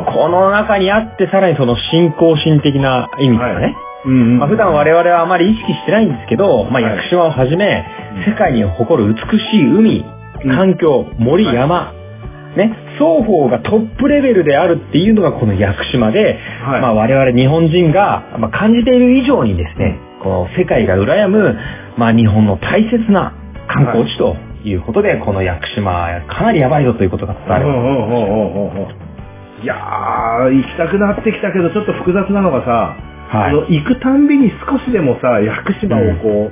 Speaker 1: はあ。
Speaker 2: この中にあって、さらにその信仰心的な意味とかね。
Speaker 1: はいうんうん
Speaker 2: まあ、普段我々はあまり意識してないんですけど、ま
Speaker 1: は
Speaker 2: あ、
Speaker 1: い
Speaker 2: 屋久島をはじめ
Speaker 1: うん、
Speaker 2: 世界に誇る美しい海、
Speaker 1: うん
Speaker 2: 環境、森、
Speaker 1: はい
Speaker 2: 山、ね、双方がトップレベルであるっていうのがこの屋久島で、
Speaker 1: はい
Speaker 2: まあ、我々日本人がまあ感じている以上にですね、この世界が羨む、まあ、日本の大切な観光地ということで、この屋久島、かなりやばいぞということが伝わり
Speaker 1: う
Speaker 2: ます。
Speaker 1: んうんうんうんうんうんいやー、行きたくなってきたけど、ちょっと複雑なのがさ、
Speaker 2: はい
Speaker 1: あの行くたんびに少しでもさ、屋久島をこう、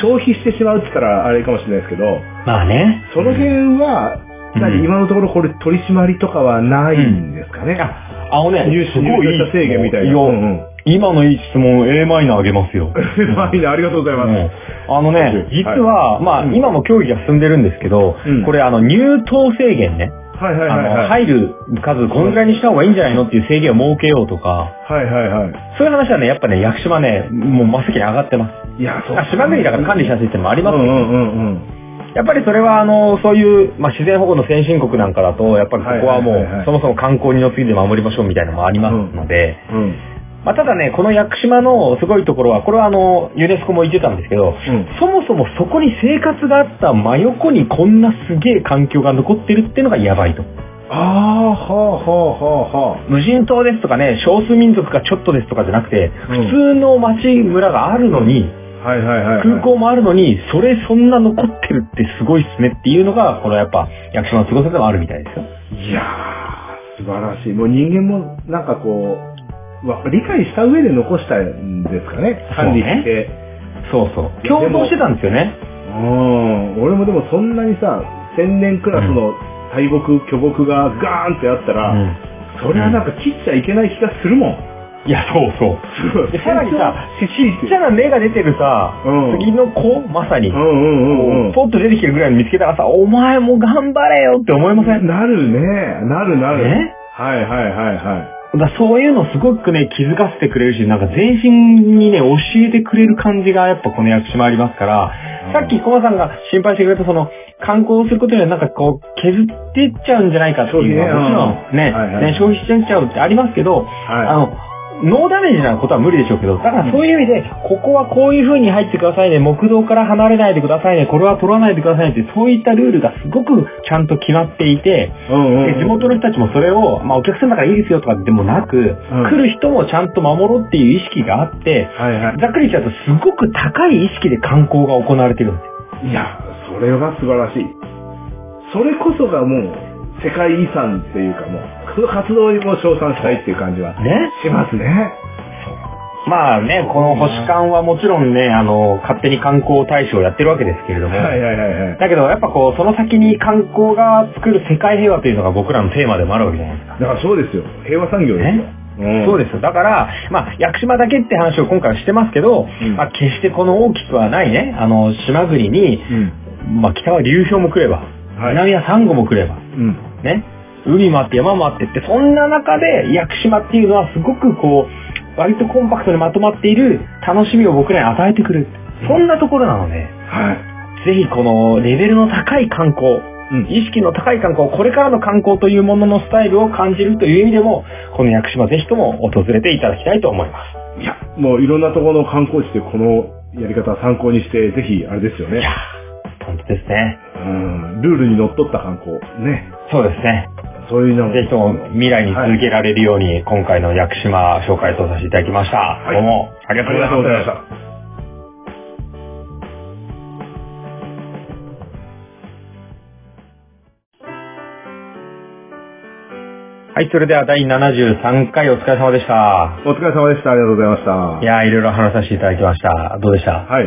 Speaker 1: 消費してしまうって言ったらあれかもしれないですけど、
Speaker 2: まあね。
Speaker 1: その辺は、
Speaker 2: うん
Speaker 1: 何今のところこれ取り締まりとかはないんですかね、
Speaker 2: あのね、
Speaker 1: 入手
Speaker 2: すごい
Speaker 1: 入手制限みたいな。
Speaker 2: や
Speaker 1: うんうん
Speaker 2: 今のいい質問、A マイナーあげますよ。
Speaker 1: まあいいねありがとうございます。
Speaker 2: うんあのね、
Speaker 1: はい
Speaker 2: 実は、まあ、
Speaker 1: うん
Speaker 2: 今も競技が進んでるんですけど、
Speaker 1: うん
Speaker 2: これ、あの、入党制限ね。
Speaker 1: はいはい
Speaker 2: あ
Speaker 1: はいは
Speaker 2: の、
Speaker 1: い。
Speaker 2: 入る数、このぐらいにした方がいいんじゃないのっていう制限を設けようとか、
Speaker 1: はいはいは
Speaker 2: そういう話はね、やっぱね、屋久島ね、もう真っ先に上がってます。
Speaker 1: い。いや、そう。
Speaker 2: あ島国だから管理しやすいってのもあります
Speaker 1: う
Speaker 2: け
Speaker 1: ん
Speaker 2: ど、
Speaker 1: うんうんうん。
Speaker 2: やっぱりそれは、あの、そういう、まあ、自然保護の先進国なんかだと、やっぱりここはも
Speaker 1: はいはいはいは
Speaker 2: う
Speaker 1: い、
Speaker 2: そもそも観光にの次で守りましょうみたいなのもありますので、
Speaker 1: うん。
Speaker 2: まあ、ただね、この屋久島のすごいところは、これはあの、ユネスコも言ってたんですけど、
Speaker 1: ん
Speaker 2: そもそもそこに生活があった真横にこんなすげえ環境が残ってるっていうのがやばいと。
Speaker 1: ああ、はあはあはあはあ。
Speaker 2: 無人島ですとかね、少数民族がちょっとですとかじゃなくて、
Speaker 1: うん
Speaker 2: 普通の町、村があるのに、
Speaker 1: はいはいはいはい。
Speaker 2: 空港もあるのに、それそんな残ってるってすごいっすねっていうのが、このやっぱ、屋久島の凄さでもあるみたいですよ。
Speaker 1: いやー、素晴らしい。もう人間もなんかこう、わ理解した上で残したんですかね。管理して。
Speaker 2: そうそう。競争してたんですよね。
Speaker 1: うん。俺もでもそんなにさ、千年クラスの大木、巨木がガーンってあったら、
Speaker 2: うん
Speaker 1: それはなんか切っちゃいけない気がするもん。
Speaker 2: いや、そうそう。でさらにさ、
Speaker 1: ちっ
Speaker 2: ちっ
Speaker 1: ち
Speaker 2: ちゃな芽が出てるさ、
Speaker 1: うん
Speaker 2: 次の子まさに、
Speaker 1: うんうんうんうん。
Speaker 2: ポッと出てきてるぐらいの見つけたらさ、お前も頑張れよって思いません
Speaker 1: なるね。なるなる。
Speaker 2: ね
Speaker 1: はいはいはいはい。
Speaker 2: だからそういうのすごくね、気づかせてくれるし、なんか全身にね、教えてくれる感じがやっぱこの屋久島ありますから、さっきコマさんが心配してくれたその、観光をすることにはなんかこう、削ってっちゃうんじゃないかっていうのは、
Speaker 1: そうね
Speaker 2: もちろんね、
Speaker 1: うんはいはい
Speaker 2: ね消費しちゃっちゃうってありますけ
Speaker 1: は
Speaker 2: ど、
Speaker 1: い
Speaker 2: あの、ノーダメージなことは無理でしょうけど、だからそういう意味で、ここはこういう風に入ってくださいね、木道から離れないでくださいね、これは取らないでくださいねって、そういったルールがすごくちゃんと決まっていて、
Speaker 1: うん
Speaker 2: で地元の人たちもそれを、まあお客さんだからいいですよとかでもなく、来る人もちゃんと守ろうっていう意識があって、
Speaker 1: はいは
Speaker 2: ざっくり言っちゃうとすごく高い意識で観光が行われてるんですよ。
Speaker 1: い。いや、それは素晴らしい。それこそがもう、世界遺産っていうかもう、その活動にも称賛したいっていう感じは
Speaker 2: ね
Speaker 1: しますね。
Speaker 2: まあね、この星館はもちろんね、あの、勝手に観光大使をやってるわけですけれども、
Speaker 1: はいはいはいはい。
Speaker 2: だけどやっぱこう、その先に観光が作る世界平和というのが僕らのテーマでもあるわけじゃないですか。
Speaker 1: だからそうですよ。平和産業ですよ。うん
Speaker 2: そうですよ。だから、まあ、屋久島だけって話を今回はしてますけど、
Speaker 1: うん
Speaker 2: まあ、決してこの大きくはないね、あの、島国に、
Speaker 1: うん。
Speaker 2: まあ、北は流氷も来れば、
Speaker 1: はい
Speaker 2: 南はサンゴも来れば、
Speaker 1: うん。
Speaker 2: ね、海もあって山もあってって、そんな中で屋久島っていうのはすごくこう、割とコンパクトにまとまっている楽しみを僕らに与えてくれる。そんなところなので、
Speaker 1: はい。
Speaker 2: ぜひこのレベルの高い観光、
Speaker 1: うん。
Speaker 2: 意識の高い観光、これからの観光というもののスタイルを感じるという意味でも、この屋久島ぜひとも訪れていただきたいと思います。
Speaker 1: いや、もういろんなところの観光地でこのやり方を参考にして、ぜひ、あれですよ
Speaker 2: いや
Speaker 1: ね。
Speaker 2: ー、本当ですね。
Speaker 1: うん。ルールにのっとった観光。ね。
Speaker 2: そうですね。
Speaker 1: そういうのも
Speaker 2: ぜひとも未来に続けられるように、今回の屋久島紹介とさせていただきました。
Speaker 1: い
Speaker 2: どうも、ありがと
Speaker 1: あ
Speaker 2: うご
Speaker 1: り
Speaker 2: ざ
Speaker 1: が
Speaker 2: い
Speaker 1: とうござい
Speaker 2: ま
Speaker 1: まし
Speaker 2: し。
Speaker 1: たた。
Speaker 2: はい、それでは第73回お疲れ様でした。
Speaker 1: お疲れ様でした。ありがとうございました。
Speaker 2: いやー、いろいろ話させていただきました。どうでした
Speaker 1: はい。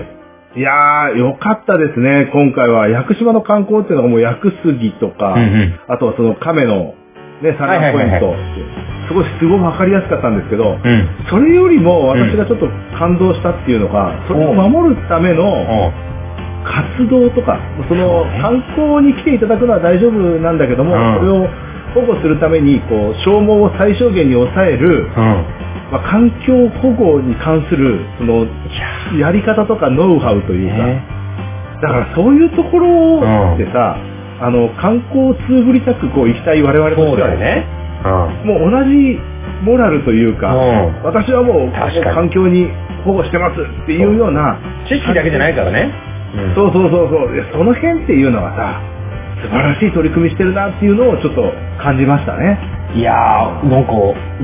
Speaker 1: いやー、よかったですね。今回は、屋久島の観光っていうのがもう屋久杉とか、
Speaker 2: うんうん
Speaker 1: あとはその亀の、ね、産卵ポイント
Speaker 2: は
Speaker 1: って、すごい、すごくわかりやすかったんですけど、
Speaker 2: うん。
Speaker 1: それよりも私がちょっと感動したっていうのが、それを守るための
Speaker 2: おう
Speaker 1: 活動とか、その
Speaker 2: そうね
Speaker 1: 観光に来ていただくのは大丈夫なんだけども、
Speaker 2: うん
Speaker 1: それを保護するために、こう、消耗を最小限に抑える、
Speaker 2: うん。
Speaker 1: まあ、環境保護に関する、その、
Speaker 2: いや
Speaker 1: やり方とかノウハウと
Speaker 2: ー
Speaker 1: いうか、
Speaker 2: ね
Speaker 1: だからそういうところでさ、あの、観光通ぶりたくこう行きたい我々と
Speaker 2: そう
Speaker 1: しては
Speaker 2: だよね。
Speaker 1: もう同じモラルという
Speaker 2: う
Speaker 1: か、
Speaker 2: ん。うん。
Speaker 1: 私はもう
Speaker 2: 確かに
Speaker 1: ここ環境に保護してますっていうような、
Speaker 2: 知識だけじゃないからね。うん
Speaker 1: そうそうそうそう、いやその辺っていうのはさ、素晴らしい取り組みしてるなっていうのをちょっと感じましたね。
Speaker 2: いやー、なんか、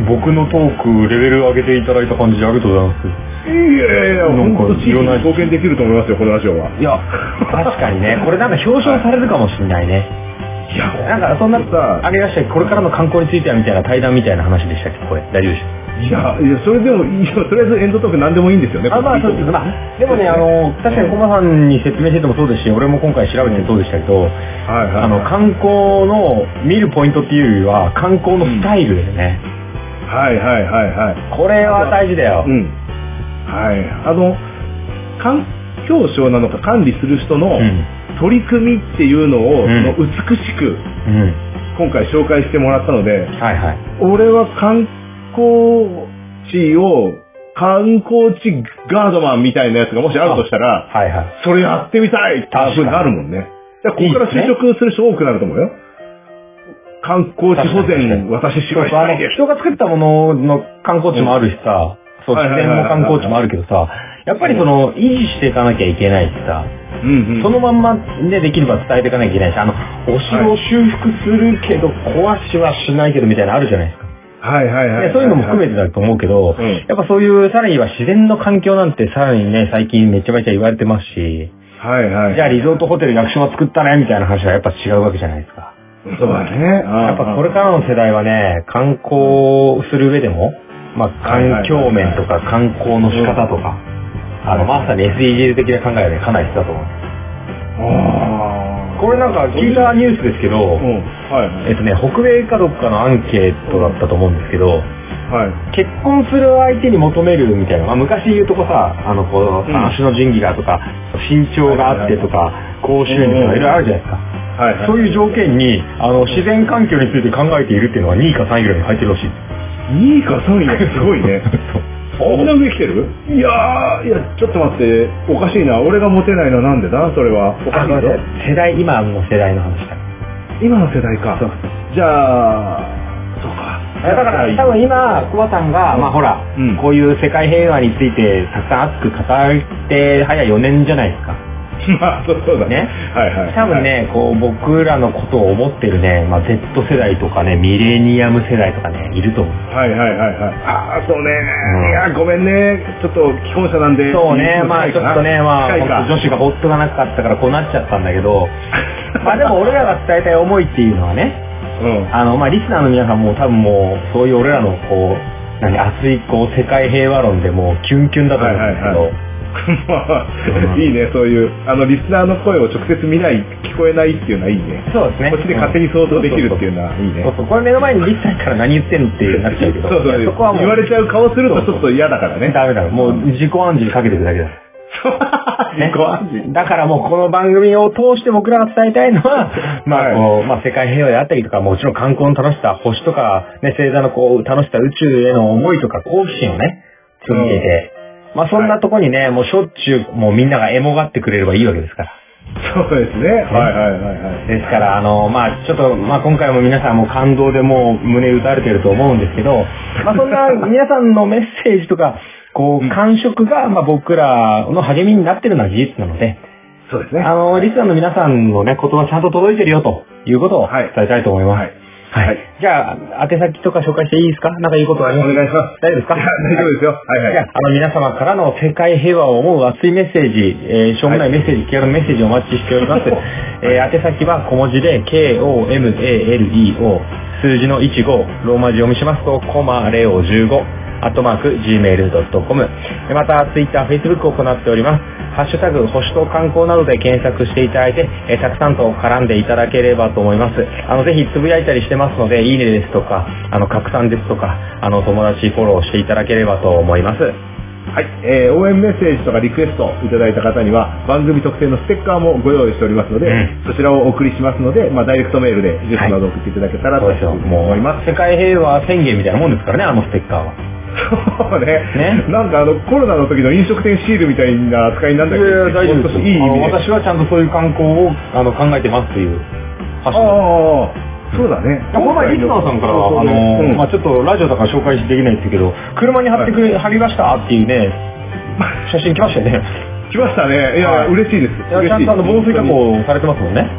Speaker 2: 僕のトーク、レベル上げていただいた感じでありがとうございます。
Speaker 1: いやいやいや、
Speaker 2: なんか
Speaker 1: 本当地域に貢献できると思いますよ、このラジオは。
Speaker 2: いや、確かに ね、これなんか表彰されるかもしんないね。
Speaker 1: いや、
Speaker 2: なんか、そんな
Speaker 1: さ、
Speaker 2: あれらしい、これからの観光についてはみたいな対談みたいな話でしたっけこれ、大丈夫でしょ
Speaker 1: いや、いやそれでもいいよ、とりあえずエンドトーク何でもいいんですよね。
Speaker 2: あまあそうですね。まあ、でもね、あの、確かにコマさんに説明しててもそうですし、俺も今回調べてそうでしたけど、
Speaker 1: はいはい。
Speaker 2: あの、観光の見るポイントっていうよりは、観光のスタイルですね。
Speaker 1: はいはいはいはい。
Speaker 2: これは大事だよ
Speaker 1: う。ん。はい。あの、環境省なのか管理する人の
Speaker 2: うん。
Speaker 1: 取り組みっていうのを、
Speaker 2: うん
Speaker 1: その美しく
Speaker 2: うん。
Speaker 1: 今回紹介してもらったので、
Speaker 2: はいはい。
Speaker 1: 俺は観光地を観光地ガードマンみたいなやつがもしあるとしたら、
Speaker 2: はいはい。
Speaker 1: それやってみたいって
Speaker 2: 確かに
Speaker 1: ことになるもんね。だからここから
Speaker 2: いいですね
Speaker 1: 就職する人多くなると思うよ。観光地保
Speaker 2: 確かに確
Speaker 1: 全、私仕事し
Speaker 2: あ
Speaker 1: た
Speaker 2: の
Speaker 1: いです。
Speaker 2: 人が作ったものの観光地もあるしさ、そう、
Speaker 1: はいは
Speaker 2: 自
Speaker 1: い
Speaker 2: 然
Speaker 1: はいはい
Speaker 2: も観光地もあるけどさ、やっぱりその、維持していかなきゃいけないしさ、
Speaker 1: うんうん
Speaker 2: そのまんまでできれば伝えていかなきゃいけないし、あの、お城を修復するけど、壊しはしないけどみたいなのあるじゃないですか。
Speaker 1: はいはいはい
Speaker 2: ねそういうのも含めてだと思うけど、
Speaker 1: うん
Speaker 2: やっぱそういう、さらには自然の環境なんてさらにね、最近めちゃめちゃ言われてますし、
Speaker 1: はいはい。
Speaker 2: じゃあリゾートホテル役所が作ったね、みたいな話はやっぱ違うわけじゃないですか。
Speaker 1: そうだね。
Speaker 2: や
Speaker 1: や
Speaker 2: っぱこれからの世代はね、観光する上でも、まあ環境面とか観光の仕方とか、あの、まさに SDGs 的な考えはね、かなり必要だと思う。
Speaker 1: あー
Speaker 2: これなんか聞いたニュースですけど、
Speaker 1: うん。はい
Speaker 2: えっとね、北米かどっかのアンケートだったと思うんですけど、
Speaker 1: はい。はい。
Speaker 2: 結婚する相手に求めるみたいな、まあ、昔言うとこさ、あの、こう、
Speaker 1: うん
Speaker 2: 足の仁義がとか、身長があってとか、高収入とか、いろいろあるじゃないですか。
Speaker 1: はいはい。
Speaker 2: そういう条件に、あの、自然環境について考えているっていうのは2位か3位ぐらいに入ってるらしい。
Speaker 1: 2位か3位だす ごいね。そんな上来てるいやー、いや、ちょっと待って、おかしいな。俺がモテないのはなんでだそれは。おか
Speaker 2: あ、
Speaker 1: しい
Speaker 2: ごめん
Speaker 1: ぞ
Speaker 2: なさ。い。世代、今の世代の話だ。
Speaker 1: 今の世代か
Speaker 2: そう。
Speaker 1: じゃあ、そうか。
Speaker 2: だから多分今、久保さんが、まあほら、
Speaker 1: うん
Speaker 2: こういう世界平和についてたくさん熱く語って、早4年じゃないですか。
Speaker 1: まあ、そうそうだね。
Speaker 2: ね
Speaker 1: はいはい。
Speaker 2: 多分ね、こう僕らのことを思ってるね、まあ、Z 世代とかね、ミレニアム世代とかね、いると思う。
Speaker 1: はい。はいはいはいはい。ああ、そうね、
Speaker 2: ん
Speaker 1: いや、ごめんね。ちょっと、既婚者なんで。
Speaker 2: そうね、まあちょっとね、まあ
Speaker 1: 近いか
Speaker 2: 本当女子がホットがなかったからこうなっちゃったんだ けど、まあでも俺らが伝えたい思いっていうのはね、
Speaker 1: うん。
Speaker 2: あの、まあ、リスナーの皆さんも多分もう、そういう俺らの、こう、何、熱い、こう、世界平和論でもう、キュンキュンだと思うんですけど、
Speaker 1: はいはい まあ、いいね、そういう、あの、リスナーの声を直接見ない、聞こえないっていうのはいいね。
Speaker 2: そうですね。
Speaker 1: こっちで勝手に想像できるっていうのはいい
Speaker 2: うん
Speaker 1: ね
Speaker 2: そう。そう、これ目の前にリスナーから何言ってんのってなっちゃうけど、
Speaker 1: そうそう
Speaker 2: いやそこはもう、
Speaker 1: 言われちゃう顔するとちょっと嫌だからね。
Speaker 2: ダメだろ。もう、自己暗示かけてるだけだ。
Speaker 1: 自己暗示。
Speaker 2: だからもうこの番組を通して僕らが伝えたい のは、ま
Speaker 1: は
Speaker 2: あ
Speaker 1: い
Speaker 2: こう、まあ世界平和であったりとか、もちろん観光の楽しさ、星とか、ね、星座のこう、楽しさ、宇宙への思いとか、好奇心をね、積んでいて、まあそんなとこにね、もうしょっちゅう、もうみんながエモがってくれればいいわけですから。
Speaker 1: そうですね。はいはいはいはい。
Speaker 2: ですから、あの、まあちょっと、まあ今回も皆さんも感動でもう胸打たれてると思うんですけど、まあそんな皆さんのメッセージとか、こう、感触が、まあ僕らの励みになってるのは事実なので、
Speaker 1: そうですね。
Speaker 2: あの、リスナーの皆さんのね、言葉ちゃんと届いてるよということを
Speaker 1: はい
Speaker 2: 伝えたいと思います。
Speaker 1: は
Speaker 2: はいい。。じゃあ、宛先とか紹介していいですかなんかいいことあり
Speaker 1: お
Speaker 2: ます
Speaker 1: 願いします。
Speaker 2: 大丈夫ですか
Speaker 1: いや大丈夫ですよ。はいはい。
Speaker 2: じゃあ、あの皆様からの世界平和を思う熱いメッセージ、えーしょうもないメッセージ、気軽なメッセージをお待ちしております。えー宛先は小文字で、K-O-M-A-L-E-O、数字の15、ローマ字読みしますと、コマレオ15、アットマーク、gmail.com。えまた、Twitter、Facebook を行っております。ハッシュタグ、星と観光などで検索していただいて、えーたくさんと絡んでいただければと思います。あの、ぜひつぶやいたりしてますので、いいねですとか、あの、拡散ですとか、あの、友達フォローしていただければと思います。
Speaker 1: はい、えー応援メッセージとかリクエストいただいた方には番組特製のステッカーもご用意しておりますので、
Speaker 2: うん
Speaker 1: そちらをお送りしますので、まあ、ダイレクトメールで住所など送っていただけたらと
Speaker 2: そうですよ。も
Speaker 1: 思
Speaker 2: う
Speaker 1: います。、
Speaker 2: 世界平和宣言みたいなもんですからね、あのステッカーは。
Speaker 1: そうね
Speaker 2: ね
Speaker 1: なんかあのコロナの時の飲食店シールみたいな扱いになんだけど、もう少しいい
Speaker 2: あ
Speaker 1: 意
Speaker 2: の
Speaker 1: 味で。
Speaker 2: 私はちゃんとそういう観光をあの考えてますという。
Speaker 1: あ
Speaker 2: あ
Speaker 1: あ、そうだね。
Speaker 2: この前、リスナーさんから、
Speaker 1: そうそう
Speaker 2: あの、
Speaker 1: うん
Speaker 2: まあちょっとラジオだから紹介できないんですけど、車に貼ってくれ、貼りましたっていうね、写真来ましたよね。
Speaker 1: 来ましたね。いや、
Speaker 2: はい
Speaker 1: 嬉しいです。
Speaker 2: いやち
Speaker 1: 嬉
Speaker 2: ゃ
Speaker 1: し
Speaker 2: ん
Speaker 1: い
Speaker 2: とあの防水加工されてますもんね。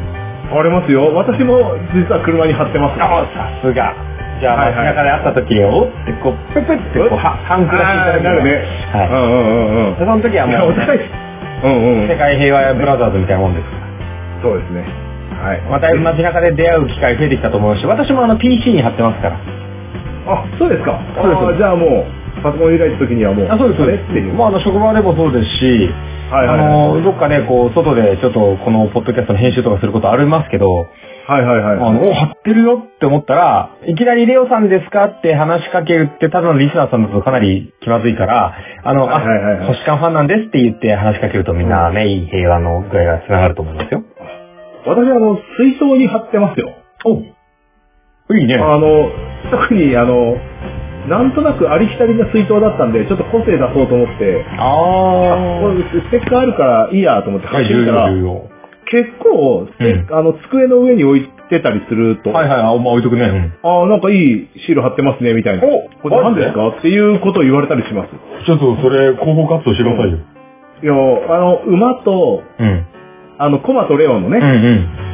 Speaker 1: ありますよ。私も実は車に貼ってます。
Speaker 2: さすが。じゃあ、
Speaker 1: はいはい
Speaker 2: 街中で会った時に、おってこう、ぷぷってこう、はハンクラしていただけ
Speaker 1: なる
Speaker 2: る
Speaker 1: ね。
Speaker 2: はい。
Speaker 1: うんうんうんうん。
Speaker 2: でその時はも
Speaker 1: いや、お
Speaker 2: う、
Speaker 1: 互い、うんうん。
Speaker 2: 世界平和ブラザーズみたいなもんです。
Speaker 1: そうですね。はい。
Speaker 2: また街中で出会う機会増えてきたと思うし、私もあの PC に貼ってますから。
Speaker 1: あ、そうですか。
Speaker 2: そうです
Speaker 1: あーじゃあもう、パソコン開いた時にはもう、
Speaker 2: あれ
Speaker 1: あれっていう。
Speaker 2: まあ、あの、職場でもそうですし、
Speaker 1: はいはいはい
Speaker 2: あの、どっかね、こう、外でちょっとこのポッドキャストの編集とかすることありますけど、
Speaker 1: はいはいはい。
Speaker 2: あの、お貼ってるよって思ったら、いきなりレオさんですかって話しかけるって、ただのリスナーさんだとかなり気まずいから、あの、
Speaker 1: はいはいはいは
Speaker 2: あ、
Speaker 1: い
Speaker 2: 星間ファンなんですって言って話しかけるとみんなね、いい平和の具合が繋がると思いますよ。
Speaker 1: 私はあの、水槽に貼ってますよ。
Speaker 2: おいいね。
Speaker 1: あの、特にあの、なんとなくありきたりな水筒だったんで、ちょっと個性出そうと思って、あ
Speaker 2: あ
Speaker 1: これステッカーあるからいいやと思って貼
Speaker 2: ー。
Speaker 1: ってみたら、
Speaker 2: 重要。
Speaker 1: 結構、ステッカーあの、机の上に置いてたりすると、
Speaker 2: はいはい、あ、まあ、置いとくね。うん
Speaker 1: ああ、なんかいいシール貼ってますね、みたいな。
Speaker 2: お
Speaker 1: これ何ですかっていうことを言われたりします。
Speaker 2: ちょっとそれ、広報活動してくださいよ。
Speaker 1: いや、あの、馬と、
Speaker 2: うん。
Speaker 1: あの、コマとレオンの
Speaker 2: うん
Speaker 1: ね、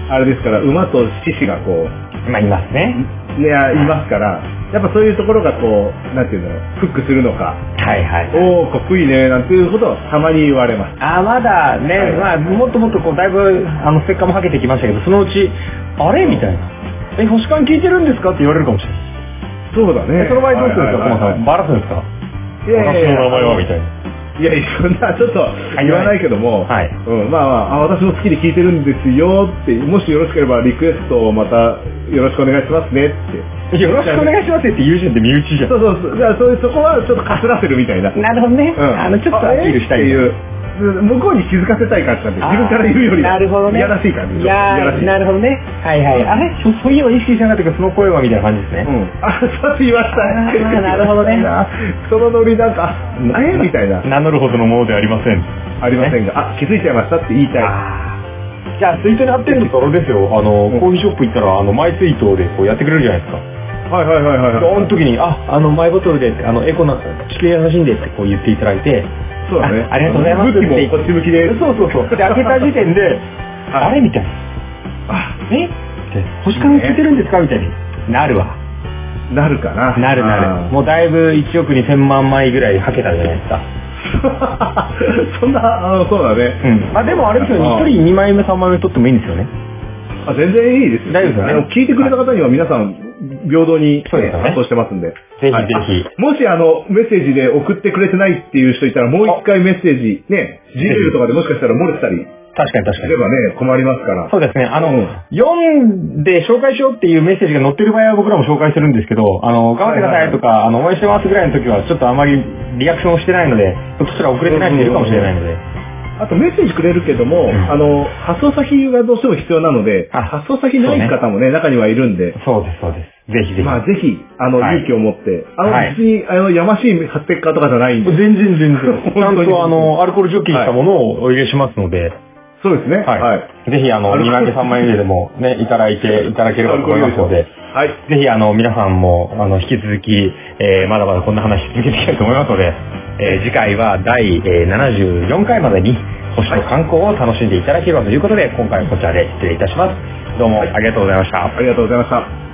Speaker 1: あれですから、馬と獅子がこ
Speaker 2: うん。まあ、いますね。
Speaker 1: う、ね、あいますから、やっぱそういうところがこう、なんていうんだろう、フックするのか、
Speaker 2: はいはい。
Speaker 1: おー、かっこいいね、なんていうことをたまに言われます。
Speaker 2: あ、まだね、
Speaker 1: はい
Speaker 2: まあ、もっともっとこう、だいぶ、あの、ステッカーもはけてきましたけど、そのうち、あれみたいな。え、星間聞いてるんですかって言われるかもしれない。
Speaker 1: そうだね。
Speaker 2: えその場合どうするんですか、
Speaker 1: は
Speaker 2: コ
Speaker 1: いはいはい
Speaker 2: マさ
Speaker 1: はい
Speaker 2: ん。バラすんですか
Speaker 1: いやいやいや
Speaker 2: いな。
Speaker 1: いやいや、そんな、ちょっと言わないけども、
Speaker 2: はい
Speaker 1: うん、まあまああ、私も好きで聞いてるんですよって、もしよろしければリクエストをまたよろしくお願いしますねって。
Speaker 2: よろしくお願いしますって言う人って身内じゃ
Speaker 1: そうそうそう、じゃあそういう、そこはちょっとかすらせるみたいな。
Speaker 2: ん。なるほどね。
Speaker 1: うん
Speaker 2: あの、ちょっとアピールしたい。
Speaker 1: あえーっていう、向こうに気づかせたい感じなんで、自分から言うより
Speaker 2: あーなるほどね。
Speaker 1: いやらしい感じでしょ。
Speaker 2: いや
Speaker 1: いやらし
Speaker 2: ー
Speaker 1: い。
Speaker 2: なるほどね。はいはい。あれそそういうの意識しなかったけど、その声はみたいな感じですね。
Speaker 1: うん。あ、そう言いました
Speaker 2: あーなるほどね
Speaker 1: そのノリなんか、あえみたいな。
Speaker 2: 名乗るほどのものではありません。
Speaker 1: ありませんが、あ、気づいちゃいましたって言いたい。
Speaker 2: じゃあ、ツイートに貼ってるんですあれですよ。あの、コーヒーショップ行ったら、あの、マイツイートでこうやってくれるじゃないですか。
Speaker 1: はいはいはいはい、
Speaker 2: で
Speaker 1: はい。
Speaker 2: その時に、あ、あの、マイボトルで、あの、エコな、地球優しいんでってこう言っていただいて、
Speaker 1: そうだね。
Speaker 2: あありがとうございます
Speaker 1: 向きもこっち向きで。
Speaker 2: そうそうそう。で、開けた時 点で、あれみたいな。
Speaker 1: あ、
Speaker 2: えって、星から聞いてるんですかみたいになるわ。
Speaker 1: なるかな。
Speaker 2: なるなる。もうだいぶ1億2000万枚ぐらいはけたじゃないですか。
Speaker 1: あー。そんな、あの、そうだ
Speaker 2: う
Speaker 1: ね。
Speaker 2: ん。まあでもあれですよね、
Speaker 1: あー
Speaker 2: 1人2枚目3枚目取ってもいいんですよね。
Speaker 1: あ全然いいですよ
Speaker 2: 大丈夫ですよね
Speaker 1: あの聞いてくれた方には皆さん、平等に
Speaker 2: そうですよね
Speaker 1: 発送してますんで。
Speaker 2: ぜひぜひ
Speaker 1: はいあもしあの、メッセージで送ってくれてないっていう人いたら、もう一回メッセージ、ね、Gmail とかでもしかしたら漏れてたり
Speaker 2: 確かに確
Speaker 1: す
Speaker 2: か
Speaker 1: れ
Speaker 2: に。
Speaker 1: ばね、困りますから。
Speaker 2: そうですね。あの、
Speaker 1: うん
Speaker 2: 読んで紹介しようっていうメッセージが載ってる場合は僕らも紹介するんですけど、あの、頑張ってくださいとか、あの、応援してますぐらいの時はちょっとあまりリアクションをしてないので、ひょっとしたら遅れてない人いるかもしれないので。
Speaker 1: あとメッセージくれるけども、
Speaker 2: ん
Speaker 1: あの、発送先がどうしても必要なので、
Speaker 2: あ
Speaker 1: 発送先ない方もね、中にはいるんで、
Speaker 2: そうです、そうです。ぜひぜひ。
Speaker 1: まあぜひ、あの、
Speaker 2: はい
Speaker 1: 勇気を持って、あ
Speaker 2: は
Speaker 1: の、
Speaker 2: い
Speaker 1: 別に、あの、やましい発テッカーとかじゃないんで、
Speaker 2: 全然全然。ちゃん
Speaker 1: 本当に
Speaker 2: とあの、アルコール除菌したものをお入れしますので、
Speaker 1: そうですね。
Speaker 2: はい。
Speaker 1: はい。
Speaker 2: ぜひあの、
Speaker 1: アルコー
Speaker 2: 2枚
Speaker 1: ル
Speaker 2: 目3枚目でもね、いただいていただければと思いますので、
Speaker 1: はい。
Speaker 2: ぜひあの、皆さんも、あの、引き続き、えーまだまだこんな話続けていきたいと思いますので、えー次回は第、えー74回までに、星と観光を楽しんでいただければということで、今回はこちらで失礼いたします。どうもありがとうございました。
Speaker 1: ありがとうございました。